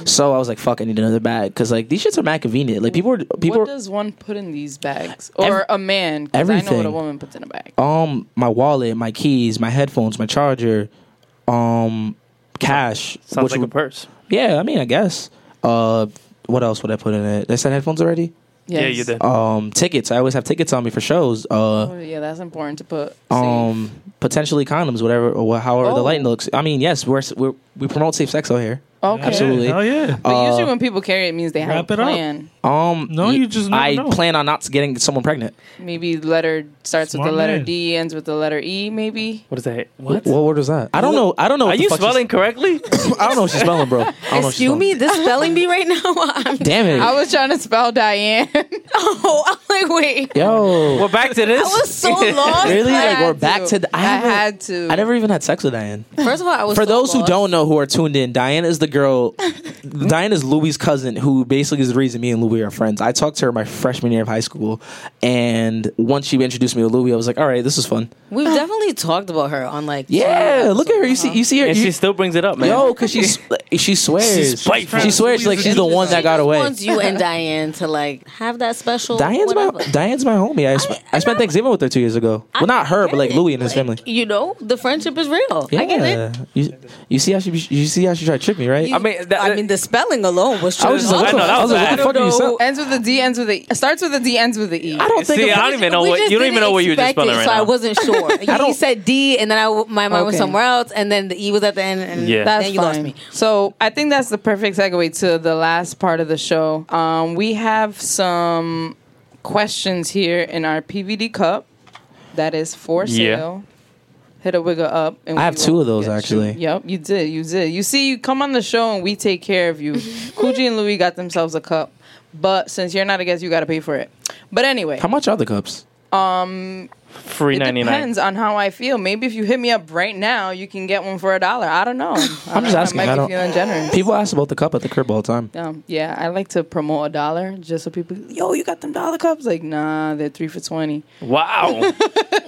[SPEAKER 5] So I was like, "Fuck, I need another bag." Because like these shits are mad convenient. Like people, are, people,
[SPEAKER 4] what
[SPEAKER 5] are-
[SPEAKER 4] does one put in these bags? Or a man? 'cause I know what a
[SPEAKER 5] everything.
[SPEAKER 4] woman puts in a bag.
[SPEAKER 5] um, my wallet, my keys, my headphones, my charger, um, cash.
[SPEAKER 3] Sounds
[SPEAKER 5] which
[SPEAKER 3] like a
[SPEAKER 5] would-
[SPEAKER 3] purse.
[SPEAKER 5] yeah. I mean, I guess. Uh, what else would I put in it? Did I said headphones already.
[SPEAKER 3] Yeah,
[SPEAKER 4] Yes.
[SPEAKER 3] you did.
[SPEAKER 5] um tickets i always have tickets on me for shows uh
[SPEAKER 4] Oh, yeah, that's important to put. safe.
[SPEAKER 5] um potentially condoms whatever or however the
[SPEAKER 4] Oh.
[SPEAKER 5] lighting looks i mean yes we're, we're we promote safe sex out here
[SPEAKER 4] okay.
[SPEAKER 5] absolutely.
[SPEAKER 2] Oh yeah.
[SPEAKER 4] But
[SPEAKER 5] Uh,
[SPEAKER 4] usually when people carry it, means they have
[SPEAKER 2] wrap
[SPEAKER 4] a
[SPEAKER 2] it up.
[SPEAKER 4] plan.
[SPEAKER 5] um
[SPEAKER 2] No, you just never
[SPEAKER 5] i
[SPEAKER 2] know.
[SPEAKER 5] plan on not getting someone pregnant
[SPEAKER 4] Maybe letter starts with
[SPEAKER 2] Smart
[SPEAKER 4] the letter
[SPEAKER 2] man.
[SPEAKER 4] D, ends with the letter E. Maybe
[SPEAKER 3] What is that? What?
[SPEAKER 5] what word was that i don't know i don't know
[SPEAKER 3] Are
[SPEAKER 5] what the
[SPEAKER 3] you
[SPEAKER 5] fuck she's-
[SPEAKER 3] spelling correctly?
[SPEAKER 5] i don't know what she's spelling bro I don't know what she's
[SPEAKER 6] Excuse
[SPEAKER 5] spelling.
[SPEAKER 6] me, this spelling bee right now. I'm,
[SPEAKER 5] damn it
[SPEAKER 4] I was trying to spell Diane.
[SPEAKER 6] oh, I'm like, wait.
[SPEAKER 5] yo
[SPEAKER 3] We're back to this.
[SPEAKER 6] I was so lost.
[SPEAKER 5] really
[SPEAKER 4] I
[SPEAKER 5] like
[SPEAKER 4] had
[SPEAKER 5] we're back to,
[SPEAKER 4] to.
[SPEAKER 5] the,
[SPEAKER 4] I
[SPEAKER 5] haven't-
[SPEAKER 4] had to.
[SPEAKER 5] i never even had sex with diane
[SPEAKER 6] First of all, I was
[SPEAKER 5] For
[SPEAKER 6] so
[SPEAKER 5] those who
[SPEAKER 6] lost.
[SPEAKER 5] don't know who are tuned in, Diane is the girl. Diane is Louie's cousin, who basically is the reason me and Louie are friends. I talked to her my freshman year of high school, and once she introduced me to Louie, I was like, "All right, this is fun."
[SPEAKER 6] We've definitely talked about her on like
[SPEAKER 5] Yeah, look at her. You see, you see her.
[SPEAKER 3] and
[SPEAKER 5] you-
[SPEAKER 3] she still brings it up, man.
[SPEAKER 5] yo, because she's she swears.
[SPEAKER 3] She's spiteful.
[SPEAKER 5] she swears like she's the one that got away.
[SPEAKER 6] wants you and Diane to like have that special.
[SPEAKER 5] Diane's
[SPEAKER 6] whatever.
[SPEAKER 5] my Diane's my homie. I, sp- I, spent Thanksgiving with her two years ago. Well, not her, but like Louie and his family.
[SPEAKER 6] You know, the friendship is real.
[SPEAKER 5] Yeah,
[SPEAKER 6] I get it.
[SPEAKER 5] You, you see how she you see how she tried to trick me, right?
[SPEAKER 3] I mean, that,
[SPEAKER 6] I mean, the spelling alone was.
[SPEAKER 5] I was just like, what
[SPEAKER 3] I
[SPEAKER 5] the,
[SPEAKER 3] know, that
[SPEAKER 5] I was
[SPEAKER 3] was
[SPEAKER 5] like, what the
[SPEAKER 3] bad.
[SPEAKER 5] fuck are you saying?
[SPEAKER 4] ends with a D, ends with a E. Starts with a D, ends with a E.
[SPEAKER 5] I don't think
[SPEAKER 3] See,
[SPEAKER 5] of-
[SPEAKER 3] I don't even know what you don't even know what you were just spelling right
[SPEAKER 6] so I
[SPEAKER 3] now.
[SPEAKER 6] wasn't sure. You,
[SPEAKER 5] don't-
[SPEAKER 6] said D, and then I, my mind was
[SPEAKER 4] Okay.
[SPEAKER 6] somewhere else, and then the E was at the end, and
[SPEAKER 3] Yeah.
[SPEAKER 6] then
[SPEAKER 4] That's
[SPEAKER 6] you
[SPEAKER 4] fine.
[SPEAKER 6] lost me.
[SPEAKER 4] So I think that's the perfect segue to the last part of the show. Um, we have some questions here in our PVD cup that is for
[SPEAKER 3] Yeah.
[SPEAKER 4] sale. Hit a wiggle up. And
[SPEAKER 5] I have
[SPEAKER 4] we
[SPEAKER 5] two
[SPEAKER 4] will
[SPEAKER 5] of those,
[SPEAKER 4] get you.
[SPEAKER 5] actually.
[SPEAKER 4] Yep, you did. You did. You see, you come on the show and we take care of you. Coogee and Louis got themselves a cup, but since you're not a guest, you got to pay for it. But anyway,
[SPEAKER 5] How much are the cups?
[SPEAKER 3] free
[SPEAKER 4] it
[SPEAKER 3] ninety nine.
[SPEAKER 4] depends on how I feel. Maybe if you hit me up right now, you can get one for a dollar. I don't know. I'm
[SPEAKER 5] just asking.
[SPEAKER 4] I might
[SPEAKER 5] I don't-
[SPEAKER 4] be feeling generous.
[SPEAKER 5] People ask about the cup at the crib all the time.
[SPEAKER 4] Um, yeah, I like to promote a dollar just so people, yo, you got them dollar cups? Like, nah, they're three for 20.
[SPEAKER 3] Wow.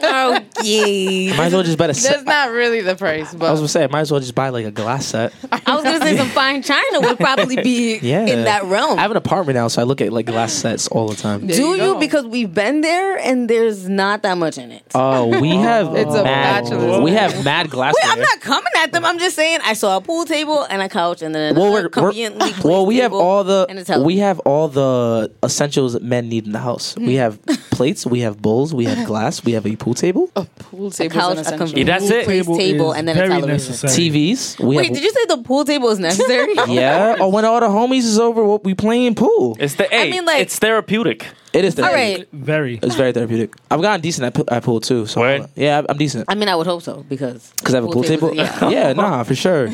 [SPEAKER 6] Oh, yay.
[SPEAKER 5] Might as well just buy a set.
[SPEAKER 4] That's not really the price,
[SPEAKER 5] I was gonna
[SPEAKER 4] but
[SPEAKER 5] say, I might as well just buy like a glass set.
[SPEAKER 6] I was gonna say some fine china would probably be
[SPEAKER 5] Yeah,
[SPEAKER 6] in that realm.
[SPEAKER 5] I have an apartment now, so I look at like glass sets all the time.
[SPEAKER 4] There
[SPEAKER 6] Do
[SPEAKER 4] you
[SPEAKER 6] you?
[SPEAKER 4] go.
[SPEAKER 6] Because we've been there, and there's not that much in it.
[SPEAKER 5] Oh, we have
[SPEAKER 4] It's a
[SPEAKER 5] mad,
[SPEAKER 4] bachelor's
[SPEAKER 5] we
[SPEAKER 4] night.
[SPEAKER 5] have mad glass.
[SPEAKER 6] Wait, I'm not coming at them. I'm just saying I saw a pool table and a couch, and then
[SPEAKER 5] Well,
[SPEAKER 6] another
[SPEAKER 5] we're, we're,
[SPEAKER 6] conveniently placed
[SPEAKER 5] well, we have
[SPEAKER 6] table
[SPEAKER 5] all
[SPEAKER 6] and a
[SPEAKER 5] the
[SPEAKER 6] television.
[SPEAKER 5] we have all the essentials that men need in the house. We
[SPEAKER 6] Mm.
[SPEAKER 5] have plates, we have bowls, we have glass, we have a pool table,
[SPEAKER 6] Oh.
[SPEAKER 4] pool
[SPEAKER 6] a
[SPEAKER 4] tables
[SPEAKER 6] couch,
[SPEAKER 4] an
[SPEAKER 6] a
[SPEAKER 4] essential.
[SPEAKER 3] Yeah,
[SPEAKER 6] conveniently
[SPEAKER 3] that's it.
[SPEAKER 6] placed table,
[SPEAKER 2] is
[SPEAKER 6] and then a
[SPEAKER 2] very
[SPEAKER 6] television.
[SPEAKER 2] necessary.
[SPEAKER 5] TVs. We
[SPEAKER 6] Wait,
[SPEAKER 5] have,
[SPEAKER 6] did you say the pool table is necessary?
[SPEAKER 5] Yeah. Or when all the homies is over, what we playing pool.
[SPEAKER 3] It's the
[SPEAKER 6] I
[SPEAKER 3] hey,
[SPEAKER 6] mean, like-
[SPEAKER 3] it's therapeutic.
[SPEAKER 5] It is.
[SPEAKER 6] All
[SPEAKER 5] therapeutic.
[SPEAKER 6] right.
[SPEAKER 2] Very.
[SPEAKER 5] It's very therapeutic. I've gotten decent at, pu- at pool too. So
[SPEAKER 3] Word.
[SPEAKER 5] yeah, I'm decent
[SPEAKER 6] I mean, I would hope so because
[SPEAKER 5] because I have a pool table.
[SPEAKER 6] tables-
[SPEAKER 5] Yeah. nah, for sure.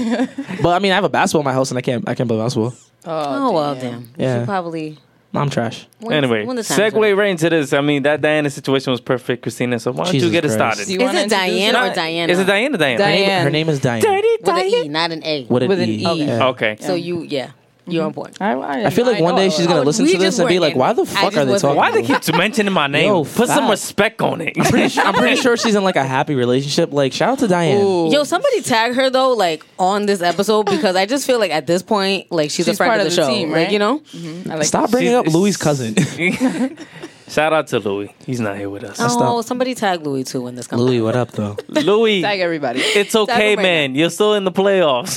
[SPEAKER 5] but I mean, I have a basketball in my house and I can't I can't play basketball.
[SPEAKER 6] Oh, well, damn. You
[SPEAKER 5] Yeah.
[SPEAKER 6] should probably.
[SPEAKER 5] I'm trash.
[SPEAKER 6] When,
[SPEAKER 3] Anyway,
[SPEAKER 6] when the time's
[SPEAKER 3] segue
[SPEAKER 6] right.
[SPEAKER 3] right into this. I mean, that Diana situation was perfect, Christina. So why don't
[SPEAKER 5] Jesus
[SPEAKER 3] you get it
[SPEAKER 5] Christ.
[SPEAKER 3] started?
[SPEAKER 4] Do you
[SPEAKER 6] Is
[SPEAKER 4] wanna
[SPEAKER 6] it
[SPEAKER 4] introduce
[SPEAKER 6] Diane
[SPEAKER 4] her?
[SPEAKER 6] or Diana?
[SPEAKER 3] Is it Diana? Diana.
[SPEAKER 5] Her name,
[SPEAKER 4] Diane.
[SPEAKER 5] her name is Diane.
[SPEAKER 6] With an E, not an A.
[SPEAKER 5] With an,
[SPEAKER 4] With an
[SPEAKER 5] e.
[SPEAKER 4] E. Okay.
[SPEAKER 5] Yeah.
[SPEAKER 3] Okay.
[SPEAKER 6] So you, yeah, you're on board.
[SPEAKER 4] I, I,
[SPEAKER 5] I feel like
[SPEAKER 4] I
[SPEAKER 5] one day
[SPEAKER 4] know.
[SPEAKER 5] she's gonna
[SPEAKER 6] Oh,
[SPEAKER 5] listen
[SPEAKER 6] we
[SPEAKER 5] to this
[SPEAKER 6] just
[SPEAKER 5] and be like,
[SPEAKER 6] weren't
[SPEAKER 5] "Why the
[SPEAKER 6] in. I
[SPEAKER 5] fuck
[SPEAKER 6] just
[SPEAKER 5] are they
[SPEAKER 6] wasn't
[SPEAKER 5] talking?"
[SPEAKER 6] in.
[SPEAKER 3] Why they keep mentioning my name?
[SPEAKER 5] Yo,
[SPEAKER 3] Put some
[SPEAKER 5] facts.
[SPEAKER 3] respect on it.
[SPEAKER 5] Pretty su- I'm pretty sure she's in like a happy relationship. Like, shout out to Diane.
[SPEAKER 4] Ooh.
[SPEAKER 6] Yo, somebody tag her though, like on this episode, because I just feel like at this point, like she's, a
[SPEAKER 4] She's
[SPEAKER 6] friend
[SPEAKER 4] part
[SPEAKER 6] of the,
[SPEAKER 4] of the
[SPEAKER 6] show,
[SPEAKER 4] team,
[SPEAKER 6] like
[SPEAKER 4] right?
[SPEAKER 6] you know.
[SPEAKER 4] I like
[SPEAKER 5] Stop bringing up
[SPEAKER 3] She's-
[SPEAKER 5] Louis' cousin.
[SPEAKER 3] Shout out to Louis. He's not here with us.
[SPEAKER 6] Oh,
[SPEAKER 5] not-
[SPEAKER 6] somebody tag Louis too when this comes.
[SPEAKER 5] Louis, what up though?
[SPEAKER 3] Louis,
[SPEAKER 4] Tag everybody.
[SPEAKER 3] it's okay,
[SPEAKER 6] him right
[SPEAKER 3] man. You're still in the playoffs.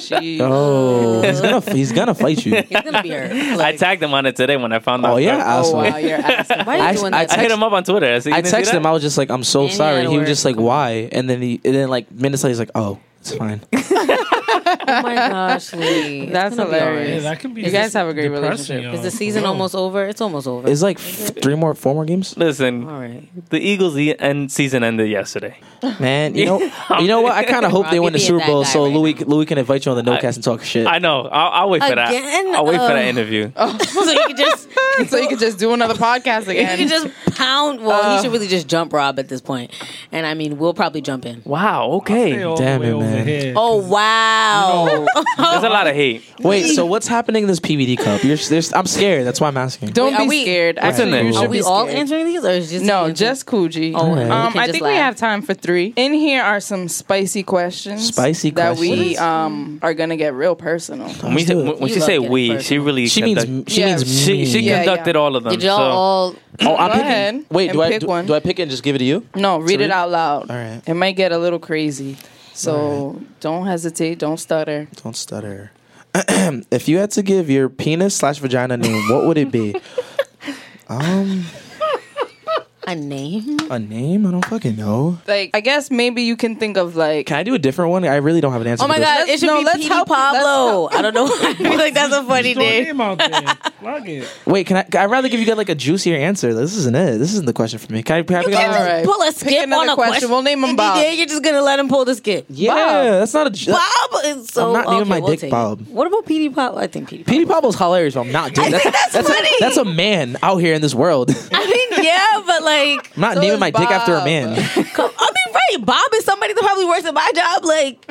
[SPEAKER 4] She,
[SPEAKER 5] Oh, he's gonna he's gonna fight you.
[SPEAKER 6] He's gonna be her.
[SPEAKER 3] I tagged him on it today when I found out.
[SPEAKER 5] Oh yeah,
[SPEAKER 3] I,
[SPEAKER 4] oh,
[SPEAKER 5] asshole.
[SPEAKER 4] wow, you're asking.
[SPEAKER 6] Why are you
[SPEAKER 5] I-
[SPEAKER 6] doing
[SPEAKER 5] I
[SPEAKER 6] that?
[SPEAKER 5] text-
[SPEAKER 3] hit him up on Twitter. So you
[SPEAKER 5] I
[SPEAKER 3] didn't see
[SPEAKER 5] texted
[SPEAKER 3] that?
[SPEAKER 5] him. I was just like, "I'm so
[SPEAKER 6] And you
[SPEAKER 5] sorry."
[SPEAKER 6] had
[SPEAKER 5] He was
[SPEAKER 6] work.
[SPEAKER 5] just like, "Why?" And then he, and then like minutes later, he's like, "Oh, it's fine."
[SPEAKER 6] Oh my gosh, Lee. It's
[SPEAKER 4] That's
[SPEAKER 6] gonna be all right.
[SPEAKER 4] hilarious.
[SPEAKER 2] that can be
[SPEAKER 4] You guys have a great
[SPEAKER 2] depressing,
[SPEAKER 4] relationship.
[SPEAKER 2] yo.
[SPEAKER 6] Is the season
[SPEAKER 2] No.
[SPEAKER 6] almost over? It's almost over.
[SPEAKER 5] It's like f- three more, four more games.
[SPEAKER 3] Listen,
[SPEAKER 6] all right.
[SPEAKER 3] the Eagles e- end season ended yesterday.
[SPEAKER 5] Man, you know, you know what? I kind of hope they
[SPEAKER 6] Rocky
[SPEAKER 5] win the
[SPEAKER 6] being
[SPEAKER 5] Super
[SPEAKER 6] that
[SPEAKER 5] Bowl
[SPEAKER 6] guy
[SPEAKER 5] so
[SPEAKER 6] right
[SPEAKER 5] Louis Louis can invite you on the no cast and talk shit.
[SPEAKER 3] I know. I'll, I'll wait for
[SPEAKER 6] Again? Oh.
[SPEAKER 3] that. I'll wait for that
[SPEAKER 6] Ugh.
[SPEAKER 3] interview.
[SPEAKER 6] so you could just
[SPEAKER 4] so you could just do another podcast
[SPEAKER 6] you
[SPEAKER 4] again.
[SPEAKER 6] could just pound. Well, he should really just jump Rob at this point. And I mean, we'll probably jump in.
[SPEAKER 3] Wow. Okay.
[SPEAKER 2] Stay all the
[SPEAKER 5] Damn
[SPEAKER 2] way
[SPEAKER 5] it,
[SPEAKER 2] over
[SPEAKER 5] man.
[SPEAKER 2] here.
[SPEAKER 6] Oh wow!
[SPEAKER 3] There's a lot of hate.
[SPEAKER 5] Wait, so what's happening in this PVD Cup? You're, there's, I'm scared. That's why I'm asking.
[SPEAKER 4] Don't
[SPEAKER 6] Wait, are
[SPEAKER 4] be
[SPEAKER 6] we-
[SPEAKER 4] scared.
[SPEAKER 3] What's in
[SPEAKER 4] Actually,
[SPEAKER 3] there?
[SPEAKER 4] you
[SPEAKER 3] Are
[SPEAKER 4] should
[SPEAKER 6] Are we
[SPEAKER 4] be
[SPEAKER 6] all
[SPEAKER 4] scared.
[SPEAKER 6] answering these, or is just
[SPEAKER 4] No, just Coogee.
[SPEAKER 6] Oh,
[SPEAKER 5] right.
[SPEAKER 4] Um,
[SPEAKER 6] we can
[SPEAKER 4] I
[SPEAKER 6] just
[SPEAKER 4] think we
[SPEAKER 6] laugh.
[SPEAKER 4] have time for three. In here are some spicy questions.
[SPEAKER 5] Spicy
[SPEAKER 4] that
[SPEAKER 5] questions.
[SPEAKER 4] we um are gonna get real personal.
[SPEAKER 3] When, we,
[SPEAKER 5] Let's do it.
[SPEAKER 3] when when
[SPEAKER 6] You
[SPEAKER 3] she
[SPEAKER 6] love
[SPEAKER 3] say
[SPEAKER 6] getting
[SPEAKER 3] we,
[SPEAKER 6] personal.
[SPEAKER 3] she really
[SPEAKER 5] She means
[SPEAKER 3] conduct-
[SPEAKER 5] she
[SPEAKER 4] Yeah.
[SPEAKER 5] means
[SPEAKER 3] she,
[SPEAKER 5] me.
[SPEAKER 3] she
[SPEAKER 4] Yeah,
[SPEAKER 3] conducted
[SPEAKER 4] yeah.
[SPEAKER 3] all of them.
[SPEAKER 6] Did y'all
[SPEAKER 3] so-
[SPEAKER 6] all?
[SPEAKER 5] oh, I'm
[SPEAKER 4] Go
[SPEAKER 5] picking.
[SPEAKER 4] ahead
[SPEAKER 5] Wait, do
[SPEAKER 4] and
[SPEAKER 5] I
[SPEAKER 4] pick
[SPEAKER 5] do,
[SPEAKER 4] one.
[SPEAKER 5] do I pick it and just give it to you?
[SPEAKER 4] No, read
[SPEAKER 5] read?
[SPEAKER 4] it out loud.
[SPEAKER 5] All right.
[SPEAKER 4] It might get a little crazy. So don't hesitate, don't stutter.
[SPEAKER 5] Don't stutter. if you had to give your penis slash vagina name, what would it be? um,
[SPEAKER 6] A name?
[SPEAKER 5] a name? I don't fucking know.
[SPEAKER 4] Like I guess maybe you can think of like
[SPEAKER 5] Can I do a different one? I really don't have an answer.
[SPEAKER 6] Oh my
[SPEAKER 5] for this.
[SPEAKER 6] god! It should
[SPEAKER 4] no,
[SPEAKER 6] be
[SPEAKER 4] let's
[SPEAKER 6] Petey
[SPEAKER 4] help- let's
[SPEAKER 6] Pablo. I don't know. why. I feel like that's a
[SPEAKER 2] Just
[SPEAKER 6] funny
[SPEAKER 2] throw a
[SPEAKER 6] name.
[SPEAKER 2] name out there. Plug it.
[SPEAKER 5] Wait, can I? I'd rather give you guys like a juicier answer. This isn't it. This isn't the question for me. Can I? Can I pick
[SPEAKER 4] can't
[SPEAKER 5] another-
[SPEAKER 4] just- Alright.
[SPEAKER 6] Pull a
[SPEAKER 4] Pick
[SPEAKER 6] skip
[SPEAKER 4] another
[SPEAKER 6] on a question.
[SPEAKER 4] question. We'll name him
[SPEAKER 6] You
[SPEAKER 4] Bob.
[SPEAKER 6] did, You're just gonna let him pull the skip.
[SPEAKER 5] Yeah, that's not a. ju- That,
[SPEAKER 6] Bob is so.
[SPEAKER 5] I'm not naming my
[SPEAKER 6] we'll
[SPEAKER 5] dick
[SPEAKER 6] take it.
[SPEAKER 5] Bob.
[SPEAKER 6] What about Petey Pablo? I think Petey.
[SPEAKER 5] Petey Pablo's hilarious, but I'm not doing that. That's that's,
[SPEAKER 6] funny.
[SPEAKER 5] a, that's a man out here in this world. I'm
[SPEAKER 6] I mean, yeah, but like,
[SPEAKER 5] not
[SPEAKER 4] So
[SPEAKER 5] naming
[SPEAKER 4] is
[SPEAKER 5] my dick after a
[SPEAKER 4] Bob.
[SPEAKER 5] man.
[SPEAKER 6] come, I mean, right? Bob is somebody that probably works at my job. Like,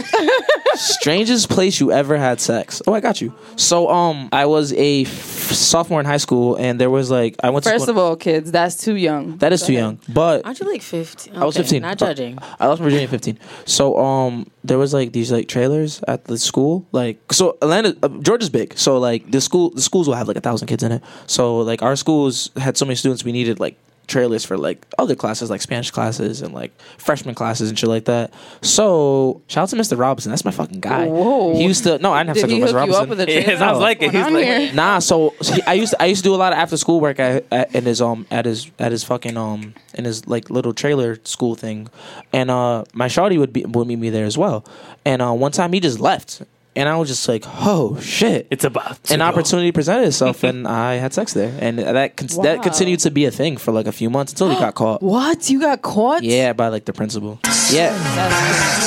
[SPEAKER 5] Strangest place you ever had sex? Oh, I got you. So, um, I was a f- sophomore in high school, and there was like I went to
[SPEAKER 4] first
[SPEAKER 5] school-
[SPEAKER 4] of all, kids, that's too young.
[SPEAKER 5] that is too young, but
[SPEAKER 6] aren't you like 15?
[SPEAKER 5] I was 15.
[SPEAKER 6] Not
[SPEAKER 5] but
[SPEAKER 6] judging.
[SPEAKER 5] I lost my virginity at 15. So um, there was like these like trailers at the school. Like so, Atlanta, uh, Georgia's big. So like the school, the schools will have like a thousand kids in it. So like our schools had so many students, we needed like trailers for like other classes, like Spanish classes and like freshman classes and shit like that. So shout out to Mr. Robinson. That's my fucking guy.
[SPEAKER 4] Whoa.
[SPEAKER 5] He used to no, I didn't have
[SPEAKER 4] Did
[SPEAKER 5] sex
[SPEAKER 4] he
[SPEAKER 5] with Mr.
[SPEAKER 4] hook you
[SPEAKER 5] Robinson.
[SPEAKER 4] up with a
[SPEAKER 3] Yeah,
[SPEAKER 4] trailer?
[SPEAKER 3] sounds like it.
[SPEAKER 4] What's
[SPEAKER 3] He's
[SPEAKER 4] going on
[SPEAKER 3] like-
[SPEAKER 4] here?
[SPEAKER 5] Nah, so he, I used to, I used to do a lot of after school work at, at in his um at his at his fucking um in his like little trailer school thing, and uh my shawty would be would meet me there as well, and uh one time he just left, and I was just like oh shit,
[SPEAKER 3] It's about to
[SPEAKER 5] an
[SPEAKER 3] go.
[SPEAKER 5] opportunity presented itself, and I had sex there, and that con- that
[SPEAKER 4] Wow.
[SPEAKER 5] continued to be a thing for like a few months until he got caught.
[SPEAKER 4] What? You got caught?
[SPEAKER 5] Yeah, by like the principal. Yeah.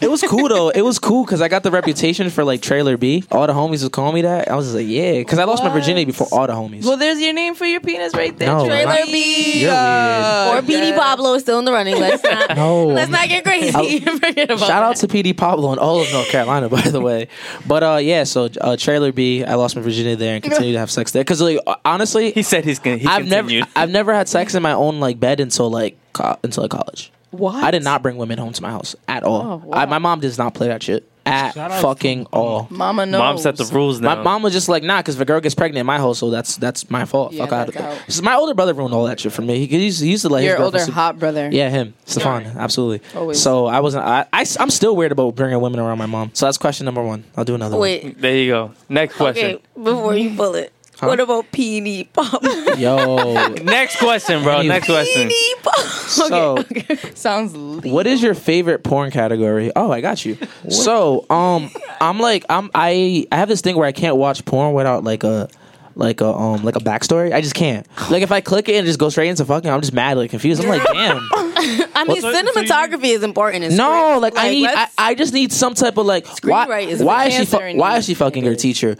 [SPEAKER 5] it was cool though. It was cool because I got the reputation for like trailer B. All the homies would call me that. I was just like, yeah, because I lost my virginity before all the homies.
[SPEAKER 4] Well, there's your name for your penis right there.
[SPEAKER 5] No,
[SPEAKER 4] Trailer
[SPEAKER 5] not-
[SPEAKER 4] B.
[SPEAKER 5] You're
[SPEAKER 6] Or
[SPEAKER 4] Yeah.
[SPEAKER 6] Petey Pablo is still in the running. Let's not.
[SPEAKER 5] No.
[SPEAKER 3] Oh.
[SPEAKER 6] Let's not get crazy. Forget about
[SPEAKER 5] Shout out
[SPEAKER 6] that.
[SPEAKER 5] to PD Pablo and all of North Carolina, by the way. But uh, yeah, so uh, trailer B, I lost my virginity there and continued to have sex there. Because like honestly,
[SPEAKER 3] He said he's gonna. He
[SPEAKER 5] I've
[SPEAKER 3] continued.
[SPEAKER 5] never I've never had sex in my own like bed until like co- until like college.
[SPEAKER 4] What?
[SPEAKER 5] I did not bring women home to my house at all.
[SPEAKER 4] Oh, wow.
[SPEAKER 5] I, my mom does not play that shit at
[SPEAKER 2] Shout out
[SPEAKER 5] fucking all.
[SPEAKER 4] Mama knows.
[SPEAKER 3] Mom set the rules
[SPEAKER 5] My
[SPEAKER 3] now.
[SPEAKER 5] mom was just like, nah, because if a girl gets pregnant in my household, that's that's my fault.
[SPEAKER 4] Yeah,
[SPEAKER 5] Fuck out of
[SPEAKER 4] that's
[SPEAKER 5] there.
[SPEAKER 4] out.
[SPEAKER 5] So my older brother ruined all that shit for me. He, he used, he used to like his
[SPEAKER 4] Your older
[SPEAKER 5] girlfriends-
[SPEAKER 4] hot brother.
[SPEAKER 5] Yeah, him, Stefan, absolutely.
[SPEAKER 4] Always.
[SPEAKER 5] So I wasn't. I, I am still weird about bringing women around my mom. So that's question number one. I'll do another.
[SPEAKER 6] Wait.
[SPEAKER 3] There you go. Next question.
[SPEAKER 6] Okay. Before you pull it. What about Petey Pablo?
[SPEAKER 5] one. yo.
[SPEAKER 3] Next question, bro.
[SPEAKER 5] Anyway.
[SPEAKER 3] Next question.
[SPEAKER 6] Petey Pablo.
[SPEAKER 5] So
[SPEAKER 4] Sounds. le-
[SPEAKER 5] What is your favorite porn category? Oh, I got you. so, um, I'm like, I'm I I have this thing where I can't watch porn without like a like a um like a backstory. I just can't. Like if I click it and just go straight into fucking, I'm just mad, like confused. I'm like, damn.
[SPEAKER 6] I mean,
[SPEAKER 2] so- so you-
[SPEAKER 6] cinematography is important. and
[SPEAKER 5] No,
[SPEAKER 6] script.
[SPEAKER 5] like, I need, I,
[SPEAKER 6] let's-
[SPEAKER 5] I just need some type of like why
[SPEAKER 6] Screenwrite is
[SPEAKER 5] why
[SPEAKER 6] the
[SPEAKER 5] is she
[SPEAKER 4] answer
[SPEAKER 5] fu-
[SPEAKER 4] in
[SPEAKER 5] why
[SPEAKER 4] you.
[SPEAKER 5] is she fucking her teacher?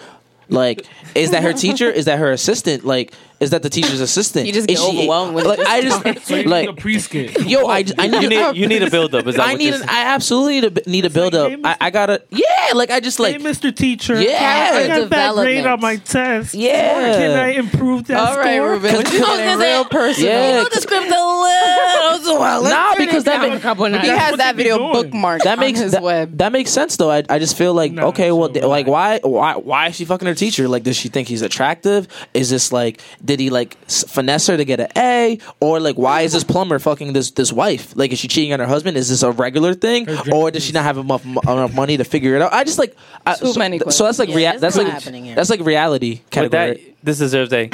[SPEAKER 5] Like, is that her teacher? Is that her assistant? Like, is that the teacher's assistant?
[SPEAKER 4] You just
[SPEAKER 5] Is
[SPEAKER 4] get
[SPEAKER 5] she-
[SPEAKER 4] overwhelmed with
[SPEAKER 5] like, I just
[SPEAKER 2] So you
[SPEAKER 5] like
[SPEAKER 2] like, a pre-skit.
[SPEAKER 5] yo, I just, I need,
[SPEAKER 3] You need, you need a build up. Is that
[SPEAKER 5] I
[SPEAKER 3] what
[SPEAKER 5] need
[SPEAKER 3] this
[SPEAKER 5] an, I absolutely need a, b- need a build up.
[SPEAKER 2] hey, Mr.
[SPEAKER 5] I, I gotta yeah, like I just
[SPEAKER 2] Hey,
[SPEAKER 5] like
[SPEAKER 2] Mr. Teacher.
[SPEAKER 5] Yeah.
[SPEAKER 2] I got a bad grade
[SPEAKER 6] Development.
[SPEAKER 2] on my test.
[SPEAKER 5] Yeah.
[SPEAKER 2] Can I improve that
[SPEAKER 4] All right,
[SPEAKER 2] score?
[SPEAKER 4] Ruben.
[SPEAKER 5] Cause-
[SPEAKER 4] You're getting
[SPEAKER 6] gonna
[SPEAKER 4] real
[SPEAKER 6] say-
[SPEAKER 4] personal.
[SPEAKER 5] Yeah.
[SPEAKER 6] You know the script a little too well. Let's
[SPEAKER 5] nah
[SPEAKER 6] turn it
[SPEAKER 5] because that
[SPEAKER 6] down a
[SPEAKER 5] ma-
[SPEAKER 6] couple
[SPEAKER 4] He
[SPEAKER 6] notches.
[SPEAKER 4] has
[SPEAKER 2] what
[SPEAKER 4] that
[SPEAKER 2] they be
[SPEAKER 4] video
[SPEAKER 2] doing.
[SPEAKER 4] bookmarked
[SPEAKER 5] that makes
[SPEAKER 4] on his
[SPEAKER 5] that,
[SPEAKER 4] web.
[SPEAKER 5] that makes sense though. I, I just feel like
[SPEAKER 2] Nah,
[SPEAKER 5] okay, well,
[SPEAKER 2] so
[SPEAKER 5] th-
[SPEAKER 2] would
[SPEAKER 5] like
[SPEAKER 2] I.
[SPEAKER 5] why why why is she fucking her teacher? Like, does she think he's attractive? Is this like did he like s- finesse her to get an A? Or like why is this plumber fucking this this wife? Like, is she cheating on her husband? Is this a regular thing? Or does she not have enough mo- enough money to figure it out? I just like I,
[SPEAKER 4] Too
[SPEAKER 5] so,
[SPEAKER 4] many
[SPEAKER 5] th- So that's like
[SPEAKER 6] questions.
[SPEAKER 5] rea-
[SPEAKER 6] Yeah,
[SPEAKER 5] that's
[SPEAKER 6] there's a lot
[SPEAKER 5] like
[SPEAKER 6] happening here.
[SPEAKER 5] that's like reality
[SPEAKER 3] With that,
[SPEAKER 5] category.
[SPEAKER 3] this deserves a.